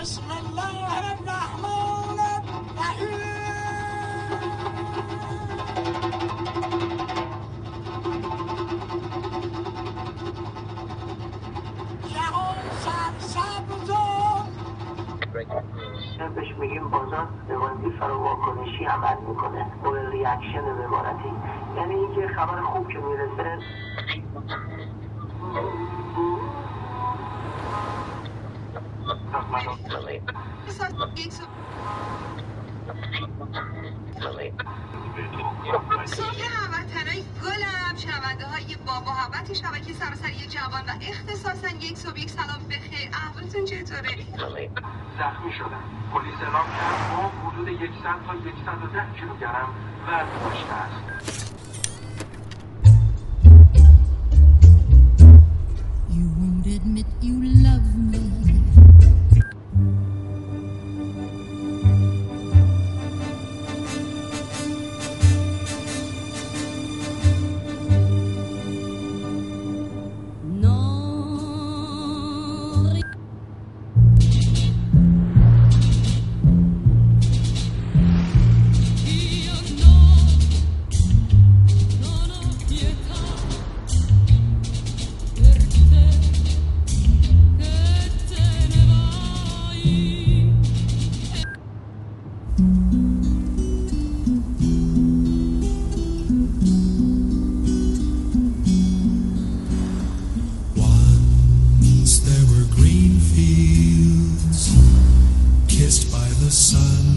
بسم الله الرحمن الرحیم جهان سرسبز و بهش میگیم بازار به بازی فراواکنشی عمل میکنه اون ریاکشن به عبارتی یعنی اینکه خبر خوب که میرسه صبح هموطنای گلم شنونده های بابا هوت شبکه سراسری جوان و اختصاصا یک صبح یک سلام بخیر احوالتون چطوره؟ زخمی شدم پلیس اعلام کرد ما حدود 100 تا 110 کیلوگرم وزن داشته است You won't admit you love me. Non ri- Io no, non ho pietà per te che te ne vai. Once there were green fields kissed by the sun.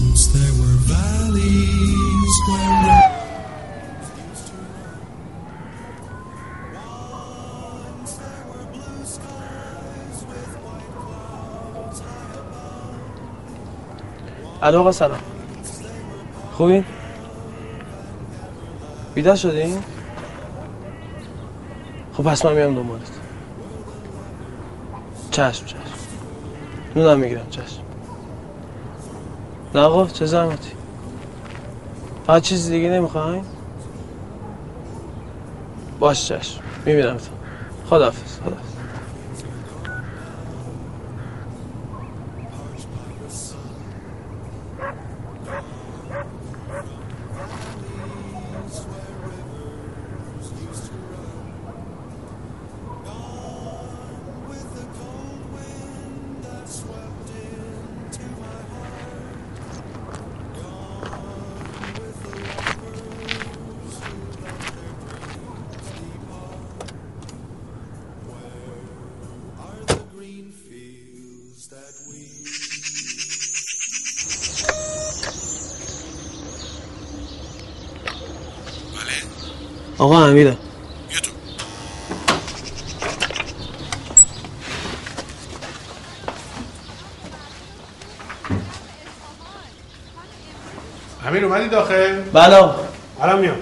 Once there were valleys where rivers used to run. Once there were blue skies with white clouds high above. الو آقا سلام خوبی؟ بیدار شدی؟ خب پس من میام دنبالت چشم چشم نونم میگیرم چشم نه آقا چه زحمتی فقط چیز دیگه نمیخوای؟ باش چشم میبینم تو خداحافظ خداحافظ With the cold wind that swept into my heart. Gone with the lovers who let their dreams depart. Where are the green fields that we? آقا امیرم امیر اومدی داخل بله آقا الان میام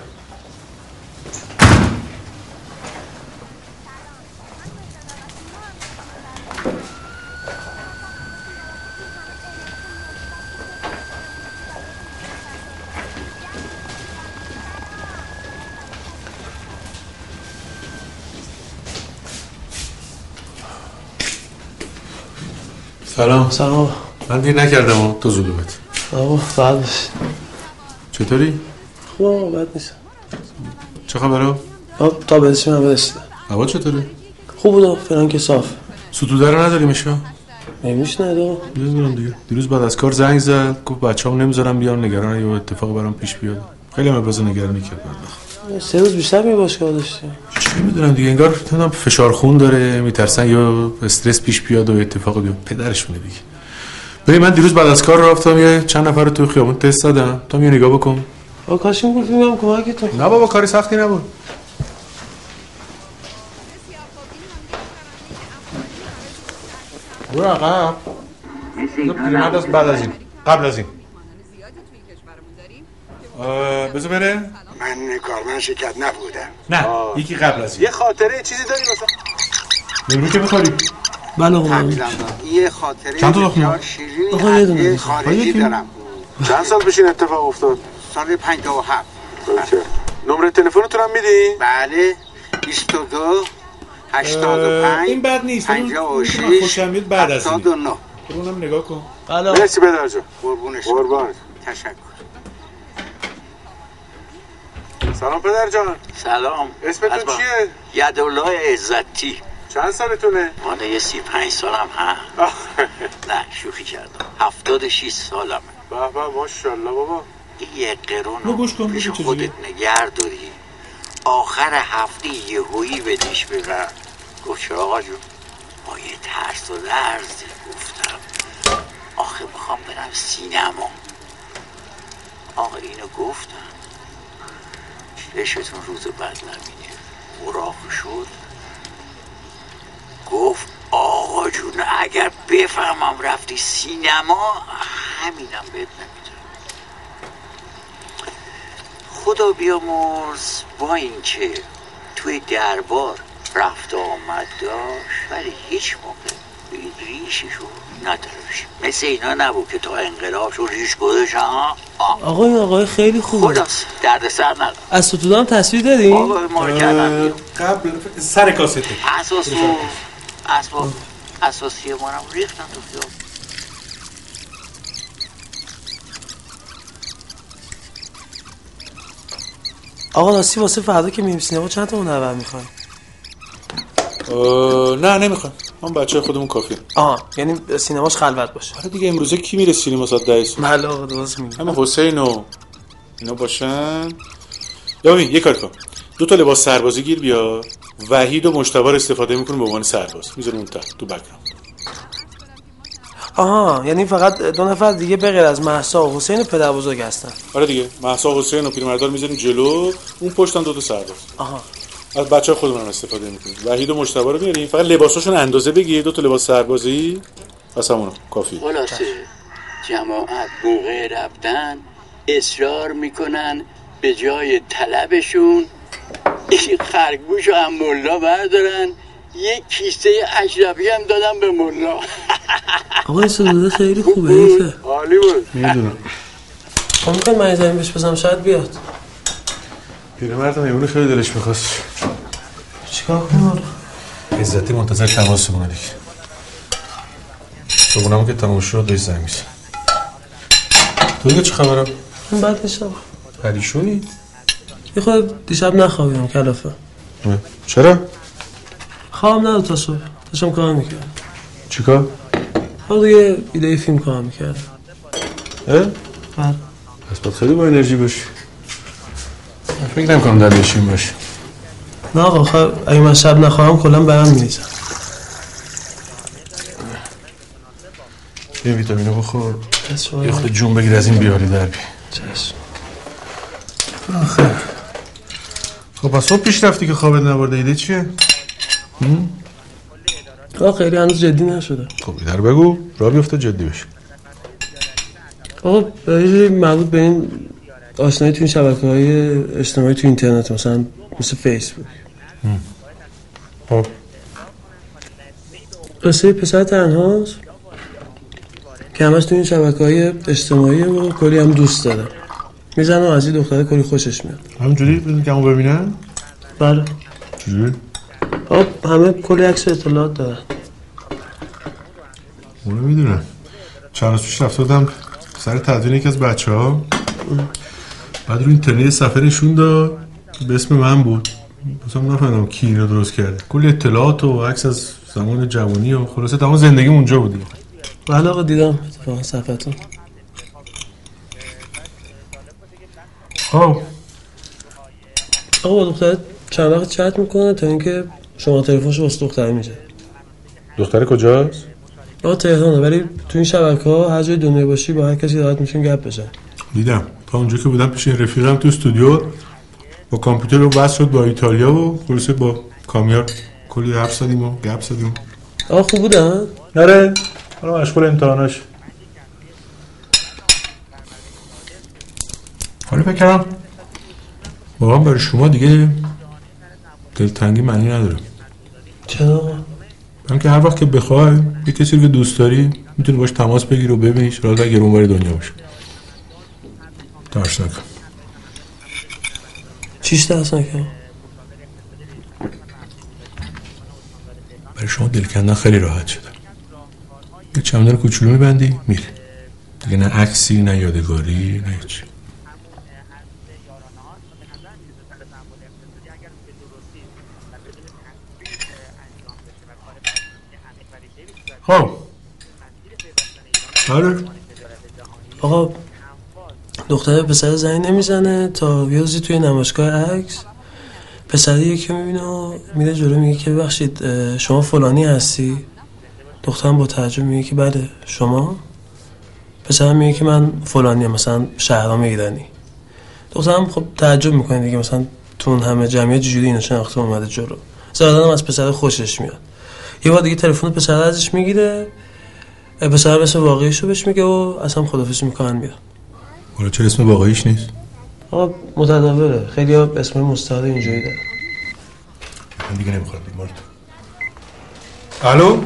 سلام سلام آقا من دیر نکردم و تو زودومت آقا راحت باشید. چطوری؟ خوب آقا بد نیست چه خبره؟ آب تا برسیم هم برسیدم هوا چطوره؟ خوب بود آقا، فعلا که صاف ستوده رو نداریم اشا؟ نمیش نه نمیدونم دیگه دیروز بعد از کار زنگ زد گفت بچه‌ام نمیذارم بیان نگران یه اتفاق برام پیش بیاد خیلی هم ابراز نگرانی کرد بدبخت سه روز بیشتر می باش کار داشتیم چه میدونم دیگه انگار نمیدونم فشار خون داره میترسن یا استرس پیش بیاد و یه اتفاق بیفته پدرشونه دیگه ببین من دیروز بعد از کار رفتم یه چند نفر رو تو خیابون تست دادم تو هم یه نگاه بکن آقا کاش این گفتی میام کمکتون نه بابا کاری سختی نبود برو عقب پیرمرد است بعد از این قبل از این آه، بذار بره من کارمند شرکت نبودم نه یکی قبل از این یه خاطره چیزی داری مثلا نمرو که بخوری بله آقا یه خاطره چند تا تخمه؟ بسیار شیرینی آقا، یه از دونه. یه آقا، خارجی یکی. دارم چند سال پیش این اتفاق افتاد سال 57 نمره تلفنتون هم میدی بله 22 85 این بد نیست اون- اون که من 56 خوشم میاد بعد از اینه 79 اونم نگاه کن مرسی بدر جان قربونش قربان تشکر سلام پدر جان سلام اسمتون عزبان. چیه؟ یدالله عزتی چند سالتونه؟ مال یه سی پنج سالم هست نه شوخی کردم هفتاد شیست سالم به به ماشاءالله بابا این یه قرون نو گوش کن، پیش بگو چجوریه. خودت نگر داری آخر هفته یه هویی بدیش بگم گفت چرا آقا جون با یه ترس و لرزی گفتم آخه میخوام برم سینما آقا اینو گفتم چشتون روز بعد نبینه براق شد گفت آقا جون اگر بفهمم رفتی سینما همینم بهت خدا بیامرز با اینکه توی دربار رفت و آمد داشت ولی هیچ موقع این ریششو نداشت مثل اینا نبود که تا انقلابشو ریش گذاشت ها آه. آقا این آقای خیلی خوبه خلاص درد سر نداره از ستودا هم تصویر دادی؟ آقا ما کردم بیرون. قبل سر کاسته اساس و اسباب اساسی ما رو ریختن تو خیابون. آقا ناسی واسه فردا که میریم سینما چند تا منور میخوای نه نمیخوام من بچه خودمون کافی آه یعنی سینماش خلوت باشه آره دیگه امروزه کی میره سینما ساعت ده صبح بله آقا درست میگی همین حسین و اینا باشن یا ببین یه کار کن دو تا لباس سربازی گیر بیا وحید و مشتبه رو استفاده میکنه به عنوان سرباز میذاره اون ته تو بکرم آها یعنی فقط دو نفر دیگه به غیر از مهسا و حسین پدر بزرگ هستن آره دیگه مهسا حسین و پیرمردار میذاریم جلو اون پشتم دو تا سرباز آها از بچه خودمون هم استفاده میکنیم وحید و مشتبه رو میاریم فقط لباساشون اندازه بگیر دو تا لباس سربازی از همونو کافی خلاصه جماعت موقع رفتن اصرار میکنن به جای طلبشون این خرگوش رو هم ملا بردارن یک کیسه اشرفی هم دادن به ملا آقا این ستودا خیلی خوبه حیفه عالی بود میدونم خب میکنی من یه زمین بهش بزنم شاید بیاد پیرمردم ایمونه خیلی دلش میخواست چیکار کنم عزتی منتظر تماس مونه دیگه شبونم که تموم شد ریز زنگ میزن تو دیگه چه خبرم؟ من بعد نشم پریشونی؟ یه خود دیشب نخوابیدم کلافه چرا؟ خوابم نداد تا صبح داشتم کار میکردم چیکار؟ خب دیگه ایده فیلم کار میکردم اه؟ بله. پس باید خیلی با انرژی باشی من فکر نمی کنم در نشین باشی نه آقا خب اگه من شب نخوابم کلا برم میریزم یه ویتامینو بخور چشم. یه خود جون بگیر از این بیاری در بی چشم آخه خب پس صبح پیش رفتی که خوابت نبرده ایده چیه؟ آقا خیلی هنوز جدی نشده خب ایده رو بگو را بیفته جدی بشه آقا به یه جوری مربوط به این آشنایی تو این شبکه های اجتماعی تو اینترنت مثلا مثل فیسبوک خب قصه پسر تنهاست که همش تو این شبکه های اجتماعی و کلی هم دوست داره میزنه از این دختره کلی خوشش میاد همینجوری بدون که همون ببینن؟ بله چجوری؟ آقا همه کلی عکس و اطلاعات داره اونو میدونم چند روز پیش رفته بودم سر تدوین یکی از بچه ها بعد روی اینترنت یه صفحه نشون داد که به اسم من بود مثلا نفهمیدم کی اینو درست کرده کلی اطلاعات و عکس از زمان جوانی و خلاصه تمام زندگیم اونجا بود بله آقا دیدم اتفاقا صفحتون خب آقا با دختره چند وقت چت میکنه تا اینکه شما تلفنش واسه دختره میشه دختره کجاست؟ آقا تهرانه ولی تو این شبکه ها هر جای دنیا باشی با هر کسی راحت میشون گپ بزن دیدم تا اونجا که بودم پیش این رفیقم تو استودیو با کامپیوتر رو وصل شد با ایتالیا و خلاصه با کامیار کلی حرف زدیم و گپ زدیم آقا خوب بودن نره حالا آره. مشغول امتحاناش حالا فکر کردم واقعا برای شما دیگه دلتنگی معنی نداره چرا آقا؟ من که هر وقت که بخوای یه کسی رو که دوست داری میتونی باش تماس بگیری و ببینیش راز اگر اونور دنیا باشه ترس نکن چیش درس نکرد برای شما دل کندن خیلی راحت شده یه چمدان کوچولو میبندی میری دیگه نه عکسی نه یادگاری نه هیچ خب آره آقا دختره پسر زنگ نمیزنه تا بیازی توی نمایشگاه عکس پسره یکی میبینه و میره جلو میگه که ببخشید اه، شما فلانی هستی دخترم با تعجب میگه که بله شما پسرم میگه که من فلانی مثلا شهرام ایرانی دخترم خب تعجب میکنه دیگه مثلا تو اون همه جمعیت چجوری اینو شناخته اومده جلو ظاهرا هم از پسر خوشش میاد یه بار دیگه تلفن پسر ازش میگیره پسر مثل واقعیشو بهش میگه و اصلا خدافزی میکنن میره حالا چه اسم واقعیش نیست آقا متداوله خیلی ها اسم مستعار اینجوری داره من دیگه نمیخورم بیمار تو الو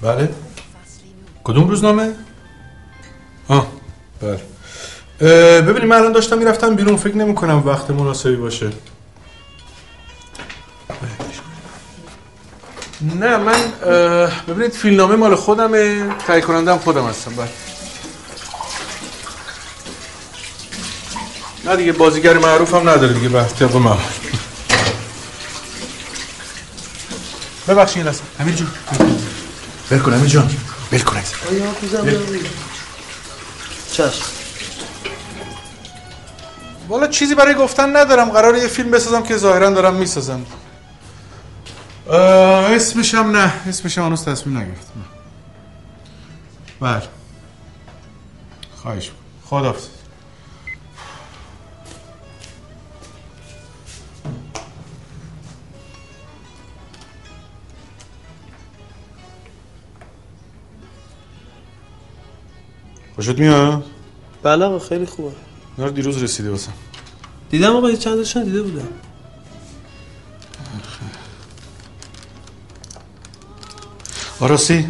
بله کدوم روزنامه آه بله اه، ببینید من الان داشتم میرفتم بیرون فکر نمی کنم وقت مناسبی باشه نه من اه، ببینید فیلمنامه مال خودمه تهیه کنندم خودم هستم بله نه دیگه بازیگر معروف هم نداره دیگه به طبق معمول ببخشید لحظه امیر جون ول کن امیر جان ول کن چشم والا چیزی برای گفتن ندارم قرار یه فیلم بسازم که ظاهرا دارم میسازم اسمشم نه اسمشم هنوز تصمیم نگرفتم بله خواهش می‌کنم. خداحافظ خوشت میاد؟ بله آقا خیلی خوبه اینا رو دیروز رسیده واسم دیدم آقا یه چند تاشون دیده بودم آراسی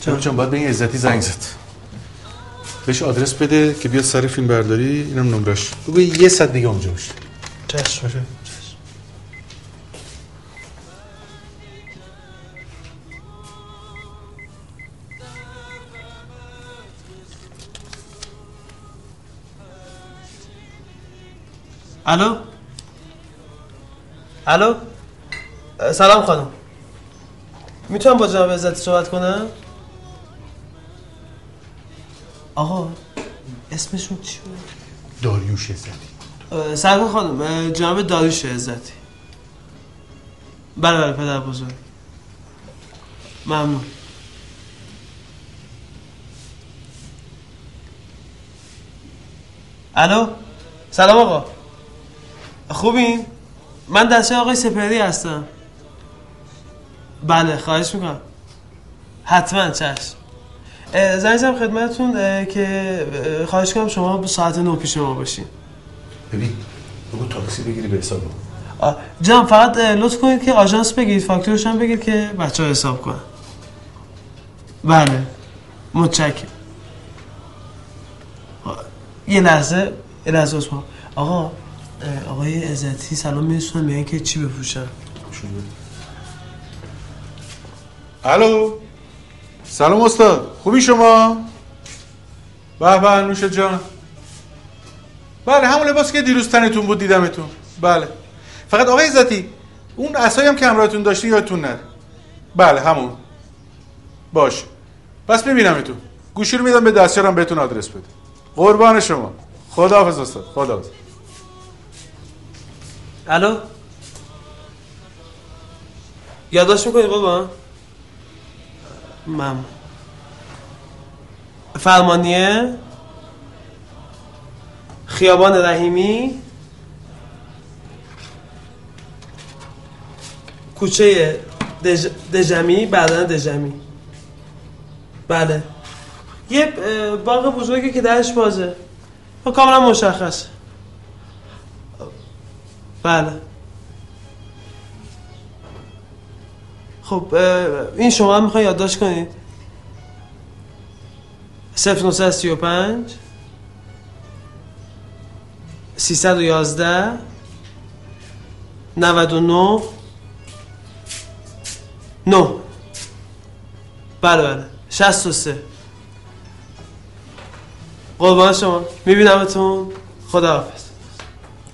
چرا جان باید به این عزتی زنگ زد بهش آدرس بده که بیاد سر فیلم برداری اینم نمرش بگو یه ساعت دیگه اونجا باشه چشم الو الو اه، سلام خانم میتونم با جناب عزتی صحبت کنم آقا اسمشون چی بود داریوش عزتی اه، سرکار خانم اه، جناب داریوش عزتی بله بله پدر بزرگ ممنون الو سلام آقا خوبین؟ من دسته آقای سپری هستم بله خواهش میکنم حتما چشم اه، زنگ زدم خدمتتون اه، که اه، خواهش کنم شما ساعت نه پیش ما باشین ببین بگو تاکسی بگیری به حساب آه، جناب فقط اه، لطف کنید که آژانس بگید فاکتورش هم بگید که بچه ها حساب کنن بله متشکرم آه، یه لحظه یه لحظه عثمان آقا اه، آقای عزتی سلام میرسونم میگن که چی بپوشن الو سلام استاد خوبی شما به به نوش جان بله همون لباس که دیروز تنتون بود دیدمتون بله فقط آقای عزتی اون عصایی هم که همراهتون داشتی یادتون نره بله همون باش پس میبینمتون گوشی رو میدم به دستیارم بهتون آدرس بده قربان شما خداحافظ استاد خداحافظ الو یادداشت میکنی بابا مم فرمانیه خیابان رحیمی کوچه دژ- دژمی بعدن دژمی بله یه اه، باغ بزرگی که درش بازه و کاملا مشخصه بله خب اه، این شما هم میخوای یادداشت کنید 0935 311 99 نه بله بله شست و سه قربان شما میبینمتون خداحافظ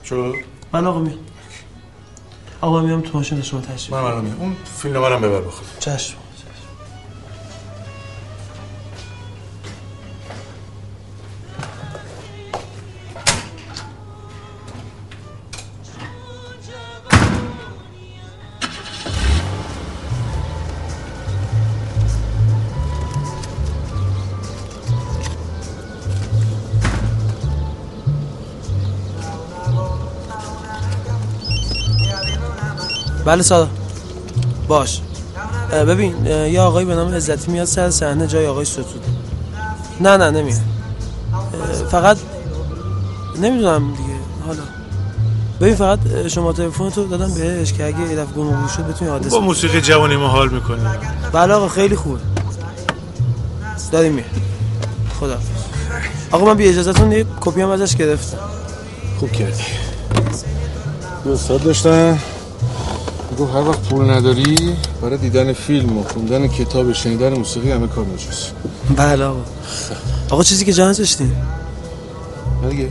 شد من آقا میام آقا میام تو ماشین شما تشریف من الان میام. اون فیلم منم ببر بخود چشم بله سادا باش اه، ببین اه، یه آقایی به نام عزتی میاد سر صحنه جای آقای ستوده نه نه نمیاد اه، فقط نمیدونم دیگه حالا ببین فقط اه، شما تلفن تو دادم بهش که اگه یه دفعه گم و گور شد بتونی آدرس با موسیقی جوانی ما حال میکنیم بدی. بله آقا خیلی خوبه داریم میاد خدا آقا من بی اجازهتون یه کپی هم ازش گرفتم خوب کردی دو ساعت داشتن گفت هر وقت پول نداری برای دیدن فیلم و خوندن کتاب و شنیدن موسیقی همه کار مجاز بله آقا آقا چیزی که جمع داشتین نه دیگه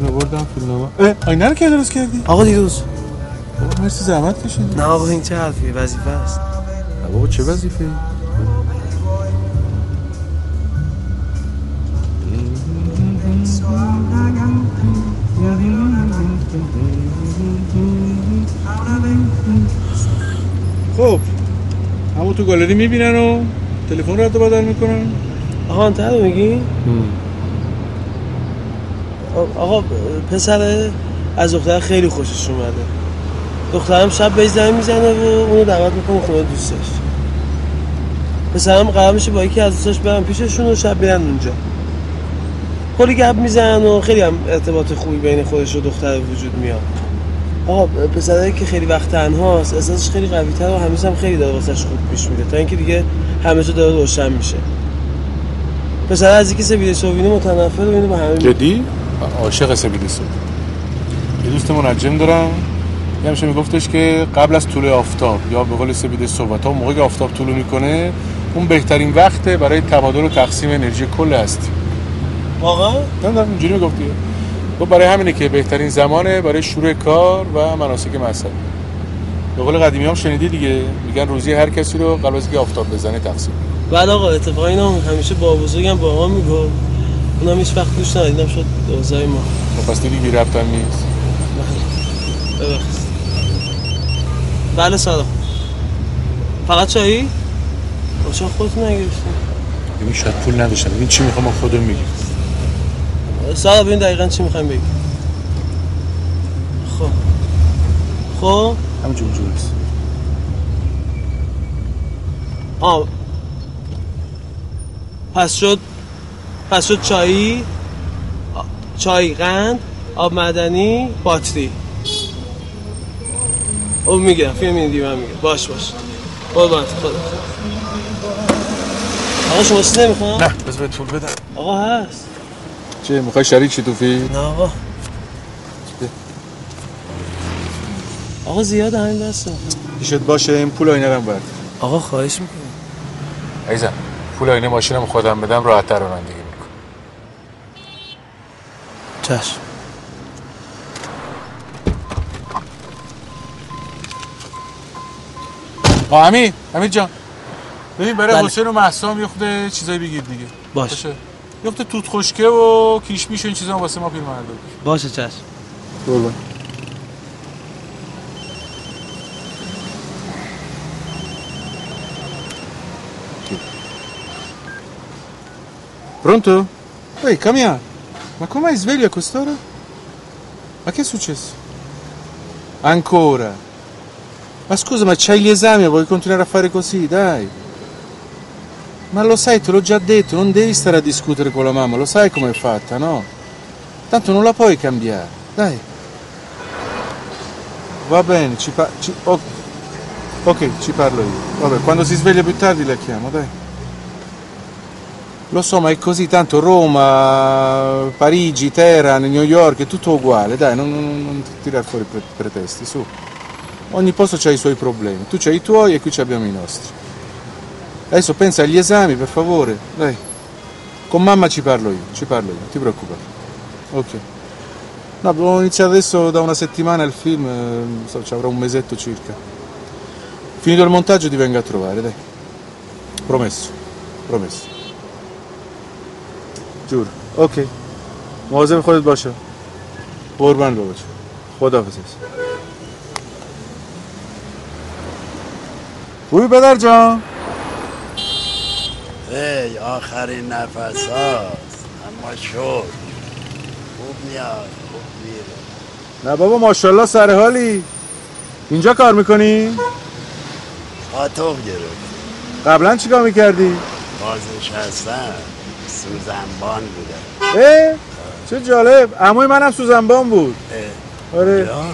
فیلم بردم فیلم نامه اه آینه رو که درست کردی؟ آقا دیروز بابا مرسی زحمت کشیدی نه آقا این چه حرفیه وظیفه است نه بابا چه وظیفه ای؟ خب اما تو گالری میبینن و تلفن رد و بدل میکنن آقا انت رو میگی؟ آ- آقا پسر از دختر خیلی خوشش اومده دخترم شب بهش زنگ میزنه و اونو دعوت میکنه خونه دوستش پسرم قرار میشه با یکی از دوستاش برن پیششون و شب برن اونجا کلی گپ میزنن و خیلی هم ارتباط خوبی بین خودش و دختر وجود میاد آقا پسرایی که خیلی وقت تنهاست احساسش خیلی قوی تر و هنوز هم خیلی داره واسش خوب پیش میره تا اینکه دیگه همه جا داره روشن میشه پسر از اینکه سبیل شوینه متنفر و اینو به همه میگه. جدی؟ عاشق سبیل سود یه دوست منجم دارم یه همیشه میگفتش که قبل از طلوع آفتاب یا به قول سبیل صحبت ها موقعی که آفتاب طلوع میکنه اون بهترین وقته برای تبادل و تقسیم انرژی کل هستی واقعا نه نه اینجوری میگفتی گفت برای همینه که بهترین زمانه برای شروع کار و مناسک مذهبی به قول قدیمی هم شنیدی دیگه میگن روزی هر کسی رو قبل از اینکه آفتاب بزنه تقسیم بعد آقا اتفاقا اینا هم همیشه با بزرگم با ما میگفت اونم هیچ وقت گوش ندادینم شد اوضاع ما خب پس دیدی بی ربطم نیست ببخشید بله سادا فقط چایی؟ با چه خودتون نگرفتیم ببین یعنی شاید پول نداشتم ببین چی میخوام من خودم میگم سادا ببین دقیقا چی میخوایم بگیم خب خب همینجور جور نیست آه پس شد پس شد چایی آ- چای قند آب معدنی باتری او میگیرم فیلم این دیوان میگیرم باش باش قربانت خدا آقا شما چیز نمیخوام؟ نه بذار بهت پول بدم آقا هست چه میخوای شریک شی تو فیلم نه آقا آقا زیاد همین بسته پیشت باشه این پول آینه رو هم برد آقا خواهش میکنم عزیزم پول آینه ماشینم خودم بدم راحت‌تر رانندگی میکنم چشم آ امیر امیر جان ببین برای بله. حسین و مهسام یه خود چیزایی بگیر دیگه باش باشه یه خود توت خشکه و کیشمیش و این چیزا واسه ما پیرمردا بگیر باشه چشم قربان Pronto? Ehi, Camia, ma come mai sveglio a quest'ora? Ma che è successo? Ancora? Ma scusa, ma c'hai gli esami e vuoi continuare a fare così, dai? Ma lo sai, te l'ho già detto, non devi stare a discutere con la mamma, lo sai com'è fatta, no? Tanto non la puoi cambiare, dai. Va bene, ci parlo. Ok, ci parlo io. Vabbè, quando si sveglia più tardi la chiamo, dai. Lo so, ma è così, tanto Roma, Parigi, Teheran, New York, è tutto uguale, dai, non, non, non ti tirare fuori pre- pretesti, su. Ogni posto ha i suoi problemi, tu c'hai i tuoi e qui ci abbiamo i nostri. Adesso pensa agli esami, per favore, dai. Con mamma ci parlo io, ci parlo io, non ti preoccupare. Ok. No, abbiamo iniziato adesso da una settimana il film, eh, non so, ci avrà un mesetto circa. Finito il montaggio ti vengo a trovare, dai. Promesso, promesso. جور اوکی مواظب خودت باشه قربان بابا جون خداحافظ بوی پدر جان ای آخرین نفس هاست اما شد خوب میاد خوب میره نه بابا ماشاءالله سر حالی اینجا کار میکنی؟ پاتوق گرفت قبلا چیکار میکردی؟ بازنشستم سوزنبان بودم اه چه جالب عموی منم سوزنبان بود اه، آره یا.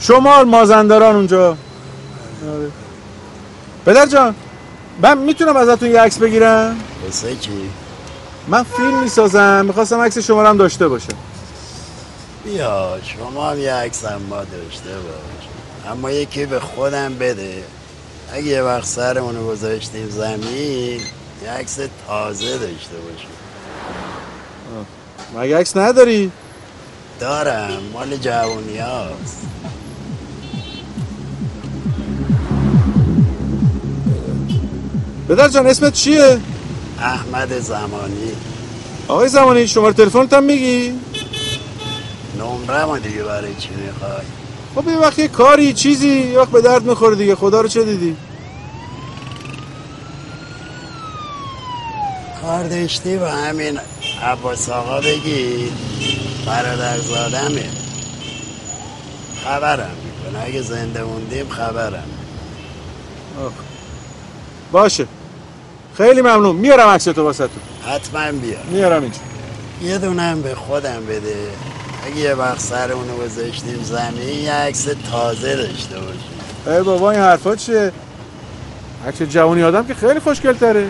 شمال مازندران اونجا آره. پدر جان من میتونم ازتون یه عکس بگیرم قصه چی؟ من فیلم میسازم میخواستم عکس شما رو هم داشته باشم بیا شما هم یه عکسم ما داشته باش اما یکی به خودم بده اگه یه وقت سرمونو گذاشتیم زمین یه عکس تازه داشته باشیم مگه عکس نداری دارم مال جوانی هاست پدر جان اسمت چیه احمد زمانی آقای زمانی شماره تلفنت هم میگی نمرم دیگه برای چی میخوای خب یه وقت یه کاری چیزی یه وقت به درد میخوره دیگه خدا رو چه دیدی کاردشتی و همین عباس آقا بگی برادر زادمه خبرم میکنه اگه زنده موندیم خبرم آخ. باشه خیلی ممنون میارم عکس تو واسهتون حتما بیا میارم اینجا یه دونم به خودم بده اگه یه وقت سر اونو گذاشتیم زمین یه عکس تازه داشته باشیم ای بابا این حرفا چیه عکس جوانی آدم که خیلی خوشگل تره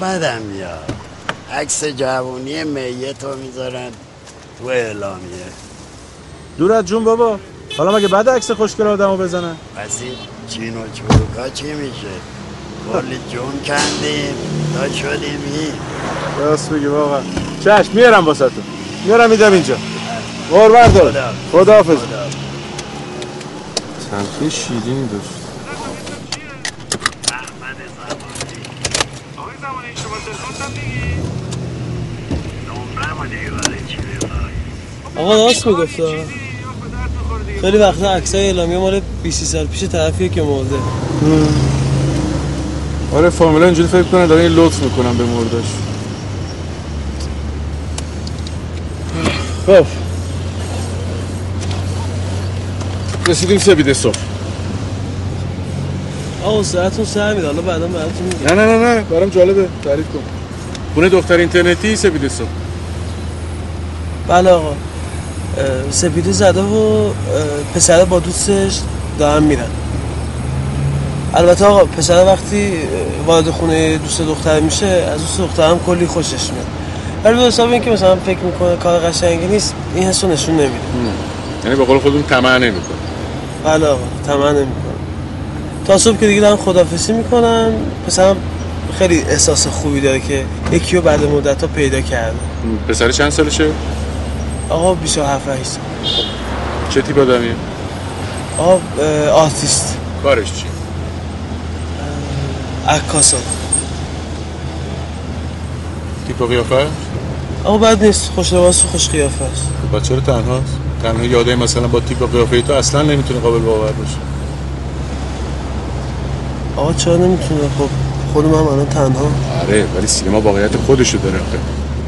من بدم میاد عکس جوانی میت رو میذارن تو اعلامیه دور از جون بابا حالا مگه بعد عکس خوشگل آدمو بزنن پس این چین و چروکا چی میشه کلی جون کندیم تا شدیم این راست میگی واقعا چشم میارم واسهتون میارم میدم اینجا قربان دارم خداحافظ تلخی شیرینی داشت آقا راست میگفت آقا. خیلی وقتا عکسای اعلامیه مال 20 سال پیش طرفیه که مرده آره فامیلا اینجوری فکر کنه دارن یه لطف میکنن به مردش خب رسیدیم سبیده صبح آقا ساعتون سر میره حالا بعدا براتون میگم نه نه نه نه برام جالبه تعریف کن خونه دختر اینترنتی سبیده صبح بله آقا اه، سپیده زده و اه، پسره با دوستش دارن میرن البته آقا پسره وقتی اه، وارد خونه دوست دختر میشه از دوست دخترم کلی خوشش میاد ولی به حساب اینکه مثلا فکر میکنه کار قشنگی نیست این حس رو نشون نمیده یعنی به قول خودمون طمع نمیکنه بله آقا تمام نمیکنه تا صبح که دیگه دارن خدافسی میکنن پسرم خیلی احساس خوبی داره که یکی رو بعد مدت ها پیدا کرده پسر چند سالشه آقا 27 8 سال چه تیپ آدمیه آقا اه، آرتیست کارش چی عکاسا تیپ و قیافه آقا بد نیست خوش لباس و خوش قیافه است بچه رو تنهاست تنها یاده مثلا با تیپ و قیافه تو اصلا نمیتونه قابل باور باشه آقا چرا نمیتونه خب خودم هم الان تنها آره ولی سینما واقعیت خودشو داره آخه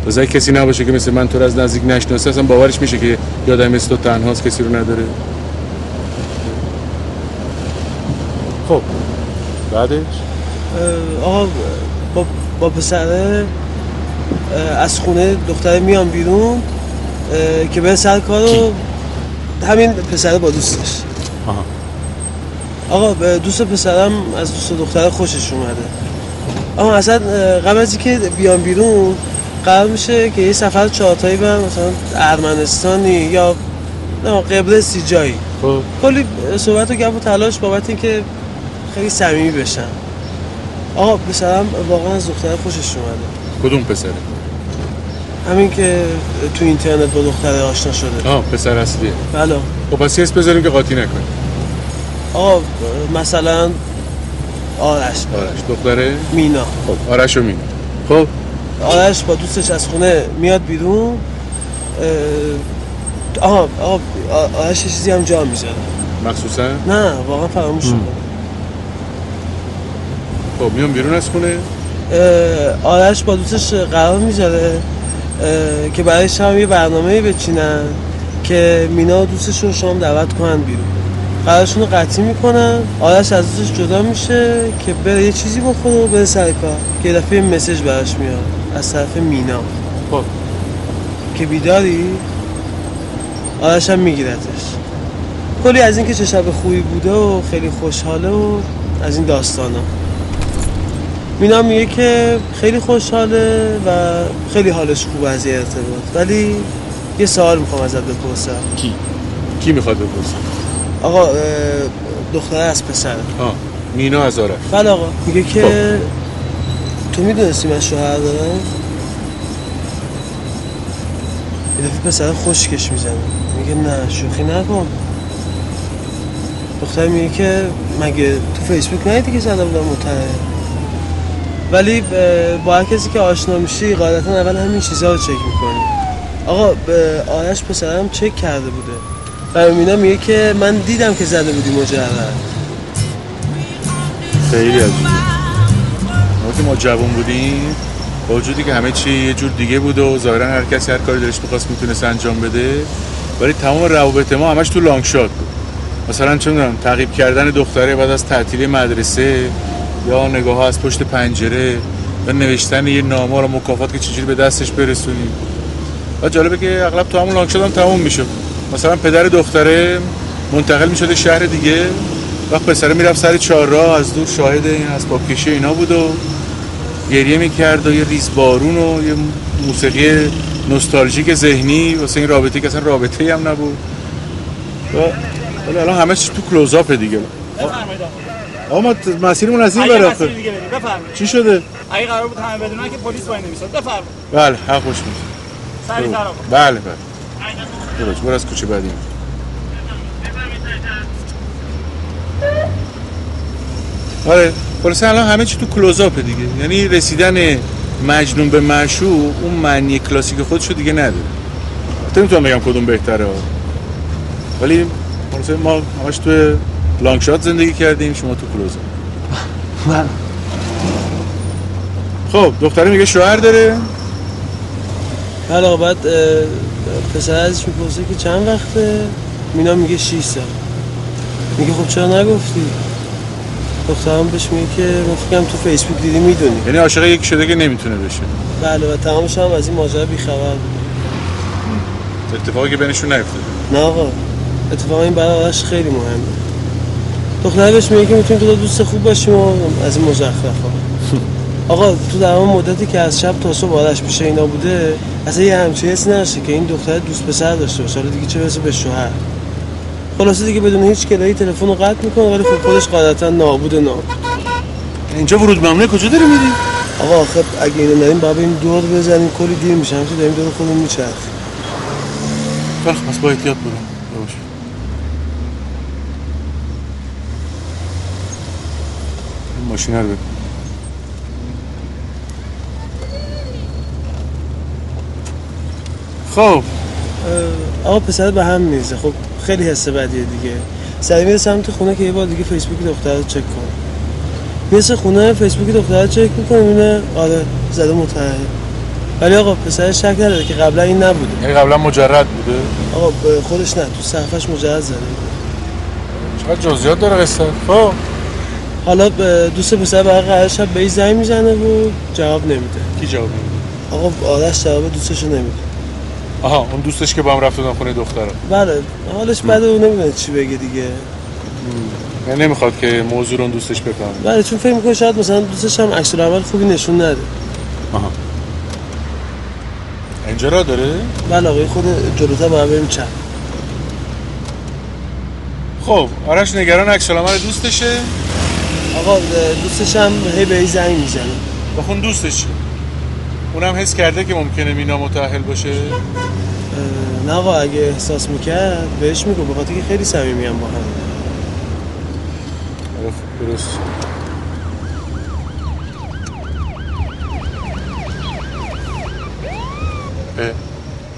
تازه اگه کسی نباشه که مثل من تو رو از نزدیک نشناسه اصلا باورش میشه که یادم مثل تو تنهاست کسی رو نداره خب بعدش اه، آقا با, با پسره اه، از خونه دختره میان بیرون اه، که به سر کارو همین پسره با دوستش آها آقا به دوست پسرم از دوست دختره خوشش اومده آقا اصلا اه، قبل از اینکه بیام بیرون قرار میشه که یه سفر چهارتایی برم مثلا ارمنستانی یا نه قبرسی جایی خب کلی صحبت و گپ و تلاش بابت اینکه خیلی صمیمی بشن آقا پسرم واقعا از دختر خوشش اومده کدوم پسره همین که تو اینترنت با دختر آشنا شده آه پسر اصلیه بله خب پس یه اسم بذاریم که قاطی نکنه آقا مثلا آرش آرش دختره مینا خب آرش و مینا خب آرش با دوستش از خونه میاد بیرون اه، آها آقا آرش یه چیزی هم جا میذاره مخصوصا نه واقعا فراموش شده خب میام بیرون از خونه اه، آرش با دوستش قرار میذاره اه، که برای شام یه برنامه بچینن که مینا و دوستشون شام دعوت کنن بیرون قرارشون رو قطعی میکنن آرش از دوستش جدا میشه که بره یه چیزی بخوره و بره سر کار که یه دفعه یه مسج براش میاد از طرف مینا خب که بیداری آرش هم میگیرتش کلی از اینکه چه شب خوبی بوده و خیلی خوشحاله و از این داستانا مینا میگه که خیلی خوشحاله و خیلی حالش خوبه از یه ارتباط ولی یه سوال میخوام ازت بپرسم کی کی میخواد بپرسه آقا اه، دختره از پسر آه مینا از آرش بله آقا خب. میگه که تو میدونستی من شوهر دارم یه دفعه پسر خشکش میزنه میگه نه شوخی نکن دختر میگه که مگه تو فیسبوک ندیدی که زده بودم متعه ولی اه، با هر کسی که آشنا میشی قاعدتا اول همین چیزها رو چک میکنی آقا اه، آرش پسرم چک کرده بوده و مینا میگه که من دیدم که زده بودی مجرد خیلی عجیبه ما که ما جوان بودیم با وجودی که همه چی یه جور دیگه بود و ظاهرا هر کسی هر کاری دلش می‌خواست میتونست انجام بده ولی تمام روابط ما همش تو لانگ شات بود مثلا چه می‌دونم تعقیب کردن دختره بعد از تعطیلی مدرسه یا نگاه ها از پشت پنجره یا نوشتن یه نامه رو مکافات که چجوری به دستش برسونیم و جالبه که اغلب تو همون لانگ شات هم تموم میشه مثلا پدر دختره منتقل میشده شهر دیگه وقت پسره میرفت سر چهارراه از دور شاهد این اسباب کشی اینا بود و گریه میکرد و یه ریز بارون و یه موسیقی نوستالژیک ذهنی واسه این رابطه که اصلا رابطه هم نبود و ولی الان همه چی تو کلوزاپه دیگه بفرمایید آقا ما ت- مسیرمون از این آقا یه برفت مسئله دیگه بریم بفرمایید خب. چی شده؟ اگه قرار بود همه بدونن که پلیس وای نمی‌شد بفرمایید بله حق خوش میشه سریع‌تر آقا بله بله درست برو از کوچه بعدی آره خلاصه الان همه چی تو کلوزاپه دیگه یعنی رسیدن مجنون به معشوق اون معنی کلاسیک خودشو دیگه نداره البته نمیتونم بگم کدوم بهتره ها. ولی خلاصه ما همش تو لانگ شات زندگی کردیم شما تو کلوزاپ بله خب دختره میگه شوهر داره بله آقا بعد اه، پسر ازش میپرسه که چند وقته مینا میگه 6 سال میگه خب چرا نگفتی خب دخترم بهش میگه که من فکرم تو فیسبوک دیدی میدونی یعنی عاشق یک شده که نمیتونه بشه بله و تمامش هم از این ماجرا بیخبر بود اتفاقی که بینشون نیفتاده نه آقا اتفاقا این برای آرش خیلی مهمه دختر بهش میگه که میتونیم دو تا دوست خوب باشیم و از این مزخرفا آقا تو در اون مدتی که از شب تا صبح آرش پیش اینا بوده اصلا یه همچین حسی نداشته که این دختر دوست پسر داشته باشه حالا دیگه چه برسه به شوهر خلاصه دیگه بدون هیچ کلایی تلفن رو قطع میکنه ولی خب خودش قاعدتا نابود نابود اینجا ورود ممنوع کجا داری میری آقا آخه اگه اینو نریم باید بریم دور بزنیم کلی دیر میشه همچه داریم دور خودمون میچرخیم خب پس با احتیاط برو یواش. این ماشین رو ببین. خب اه، آقا پسر به هم میزه خب خیلی حس بدیه دیگه سری میره سمت خونه که یه بار دیگه فیسبوک دختر رو چک کنه میرسه خونه فیسبوک دختر رو چک میکنه میبینه آره زده متعهد ولی آقا پسر شک نداره که قبلا این نبوده یعنی قبلا مجرد بوده آقا ب- خودش نه تو صفحش مجرد زده چقدر جزئیات داره قصه خب حالا ب- دوست پسر برای قرار شب به این زنگ میزنه و جواب نمیده کی جواب میده آقا آرش جواب دوستشو نمیده آها اون دوستش که با هم رفت بودن خونه دختره بله حالش بده و نمیدونه چی بگه دیگه یعنی نمیخواد که موضوع رو اون دوستش بفهمه بله چون فکر میکنه شاید مثلا دوستش هم عکس العمل خوبی نشون نده آها اینجا را داره بله آقای خود جلوتر با هم بریم چپ خب آرش نگران عکس العمل دوستشه آقا دوستش هم هی به زنگ میزنه بخون دوستش چیه؟ خب، اونم حس کرده که ممکنه مینا متأهل باشه اه، نه آقا اگه احساس میکرد بهش میگو به خاطر که خیلی صمیمی هم با هم آره، خب، درست اه،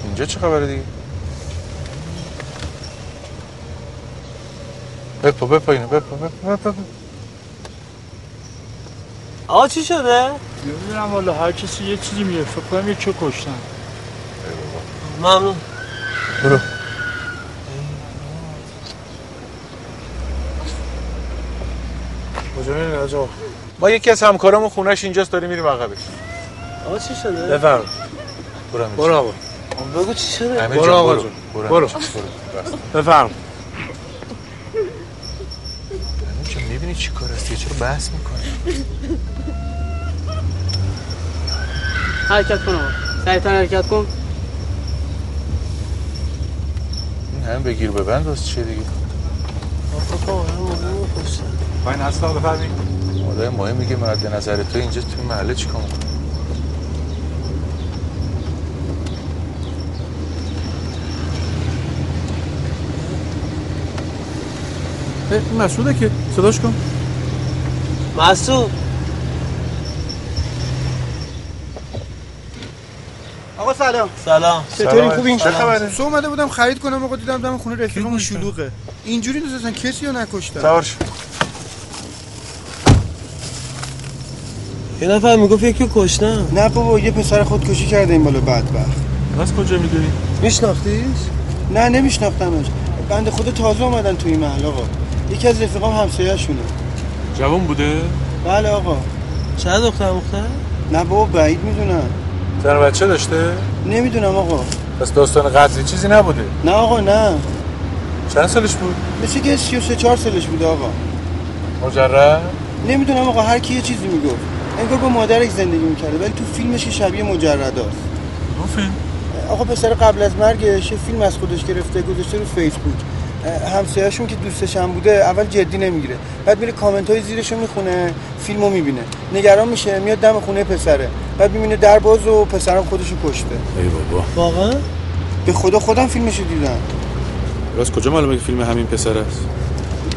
اینجا چه خبره دیگه بپا بپا اینو بپا بپا بپا آقا چی شده؟ نمیدونم والا هر کسی یه چیزی میگه فکر کنم یه چو کشتن ممنون برو کجا میری آقا ما یکی از همکارامون خونش اینجاست داریم میریم عقبش آقا چی شده؟ بفرم برو همینجا. برو آقا. بگو چی شده؟ همینجا، برو آقا برو. جون. برو برو. همینجا، برو. بس. بفرم چه میبینی چی کار هستی چرا بحث میکنی حرکت کن آقا سریعتر حرکت کن این هم بگیر ببند واسه چیه دیگه فاین اصلا بفرمی آدم مهم میگه مد نظر تو اینجا توی محله چیکار میکنی این مسعوده که صداش کن مسعود آقا سلام سلام چطوری خوبین چه خبره؟ سو اومده بودم خرید کنم آقا دیدم دم خونه رفیقمون شلوغه اینجوری نیست اصلا کسی رو نکشتن سوار شو یه نفر میگفت یکی رو کشتم نه بابا یه پسر خودکشی کرده این بالا بدبخت از کجا میدونی میشناختیش نه نمیشناختمش بنده خدا تازه اومدن تو این محل آقا یکی از رفیقام همسایه‌شونه جوان بوده بله آقا چه دختر مختر نه بابا بعید میدونم زن و بچه داشته نمیدونم آقا پس داستان قتلی چیزی نبوده نه آقا نه چند سالش بود مثل که 33 4 سالش بوده آقا مجرد نمیدونم آقا هر کی یه چیزی میگفت انگار با مادرش زندگی میکرده ولی تو فیلمش یه شبیه مجرداست فیلم آقا پسر قبل از مرگش یه فیلم از خودش گرفته گذاشته رو فیسبوک همسایه‌شون که دوستش هم بوده اول جدی نمیگیره بعد میره کامنت های زیرش رو میخونه فیلمو میبینه نگران میشه میاد دم خونه پسره بعد میبینه در باز و پسرم خودشو کشته ای بابا واقعا به خدا خودم فیلمشو دیدم راست کجا معلومه که فیلم همین پسر است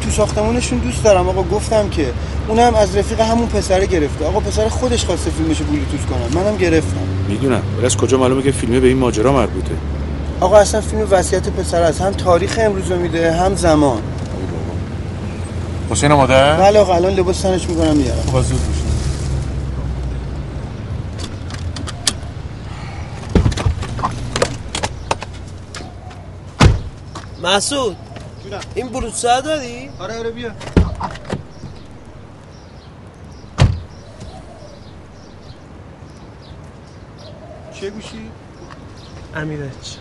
تو ساختمونشون دوست دارم آقا گفتم که اونم از رفیق همون پسره گرفته آقا پسر خودش خواسته فیلمشو بلوتوث کنم منم گرفتم میدونم ولی از کجا معلومه که فیلمه به این ماجرا مربوطه آقا اصلا فیلم وصیت پسر است هم تاریخ امروز رو میده هم زمان حسین مادر بله آقا الان لباس تنش میکنم میارم خب زود میشه مسعود این بلوط سر داری؟ آره آره بیا چه گوشی؟ امیرچ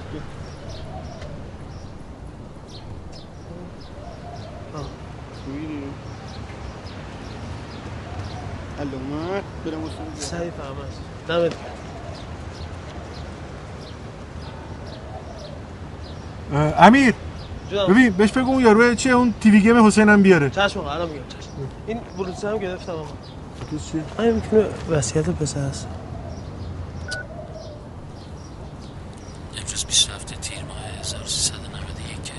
الو من برم واسه سعی فهمت دمت گرم. امیر جونم. ببین بهش بگو اون یارو چیه اون تیوی گیم حسین هم بیاره چشم آقا، الان میگم چشم این بلوط هم گرفتم آقا آیا میتونه وصیت پسر است امروز 27 تیر ماه 1391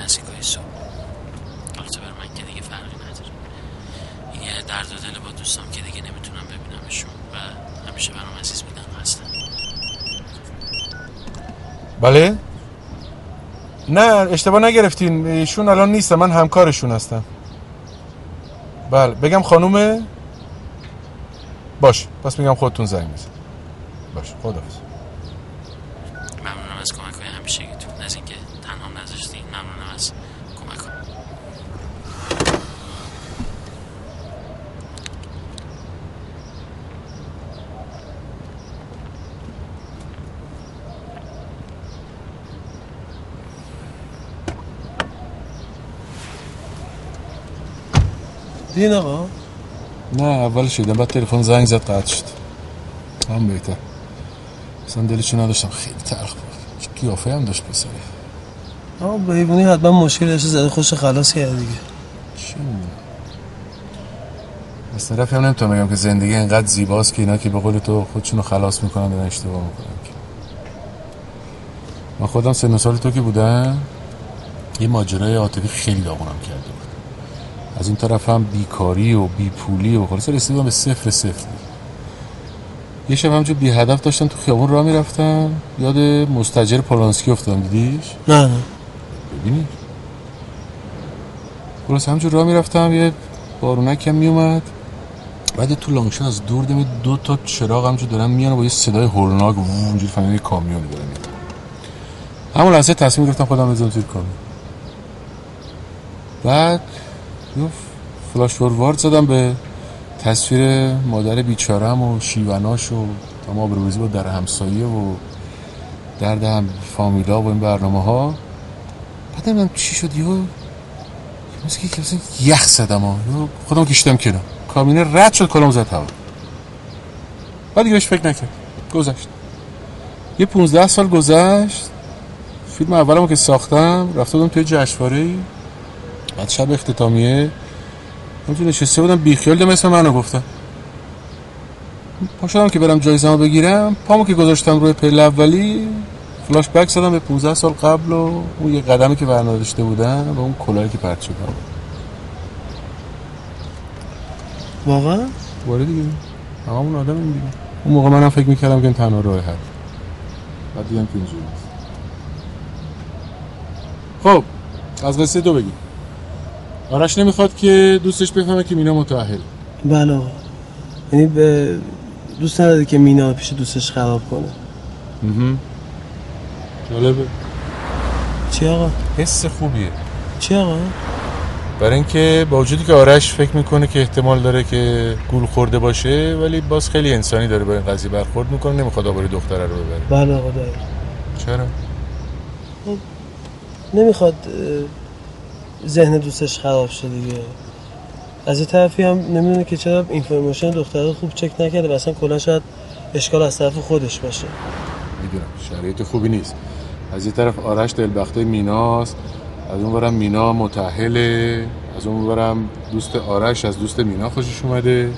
نزدیکای صبح البته بر من که دیگه فرقی نداره این یه درد و دل با دوستام که دیگه نمیتونم ببینمشون و همیشه برام عزیز بودن و هستن بله نه اشتباه نگرفتین ایشون الان نیست من همکارشون هستم بله بگم خانومه باش پس میگم خودتون زنگ بزن باش خدافز ممنونم از کمک های همیشگیتون از اینکه تنها نذاشتین ممنونم از کمک ها دین آقا نه اول شدم بعد تلفن زنگ زد قطع شد هم بهتر اصلا دلشو نداشتم خیلی تلخ بود قیافه هم داشت پسره آه بیبونی حتما مشکل داشته زده خوش خلاص کرد دیگه چی؟ از طرفی هم نمیتونم بگم که زندگی اینقدر زیباست که اینا که به قول تو خودشونو خلاص میکنن دارن اشتباه میکنن من خودم سن و سال تو که بودم یه ماجرای عاطفی خیلی داغونم کرده بود از این طرف هم بیکاری و بیپولی و خلاصه رسیدم به صفر صفر یه شب همجور بی هدف داشتم تو خیابون راه میرفتم یاد مستجر پولانسکی افتادم دیدیش نه نه ببینی خلاص همجور راه میرفتم یه بارونک هم میومد بعد تو لانگشان از دور دم دو تا چراغ همجور دارن میان و با یه صدای هولناک وو اینجوری فهمیدم یه کامیونی داره میاد همون لحظه تصمیم گرفتم خودم بزنم توی کامیون بعد یه فلاش فوروارد زدم به تصویر مادر بیچارم و شیوناش و تمام آبروریزی با در همسایه و درد هم فامیلا و این برنامه ها بعد نمیدونم چی شد یهو مثل که مثلا یخ زدم ها یهو خودم کشیدم کنار کابینه رد شد کلم زد هوا بعد دیگه بهش فکر نکرد گذشت یه 15 سال گذشت فیلم اولمو که ساختم رفته بودم توی جشنواره بعد شب اختتامیه همینجور نشسته بودم بیخیال دم اسم منو گفتم پا شدم که برم جایزه رو بگیرم پامو که گذاشتم روی پله اولی فلاش بک زدم به 15 سال قبل و اون یه قدمی که برنداشته بودم و اون کلاهی که پرت شدم واقعا وارد دیگه هممون آدم دیگه اون موقع منم فکر میکردم که این تنها راه حل بعد دیدم که اینجوری نیست خب از قصه دو بگی آرش نمیخواد که دوستش بفهمه که مینا متأهل بله آقا. یعنی به دوست نداره که مینا رو پیش دوستش خراب کنه مهم. جالبه چی آقا؟ حس خوبیه چی آقا؟ برای اینکه با وجودی که آرش فکر میکنه که احتمال داره که گول خورده باشه ولی باز خیلی انسانی داره برای این قضیه برخورد میکنه نمیخواد آبروی دختره رو ببره بله آقا داره چرا نمیخواد اه، ذهن دوستش خراب شه دیگه از یه طرفی هم نمیدونه که چرا اینفورمیشن دختر رو خوب چک نکرده و اصلا کلا شاید اشکال از طرف خودش باشه میدونم شرایط خوبی نیست از یه طرف آرش دلبخته میناست از اون برم مینا متحله از اون برم دوست آرش از دوست مینا خوشش اومده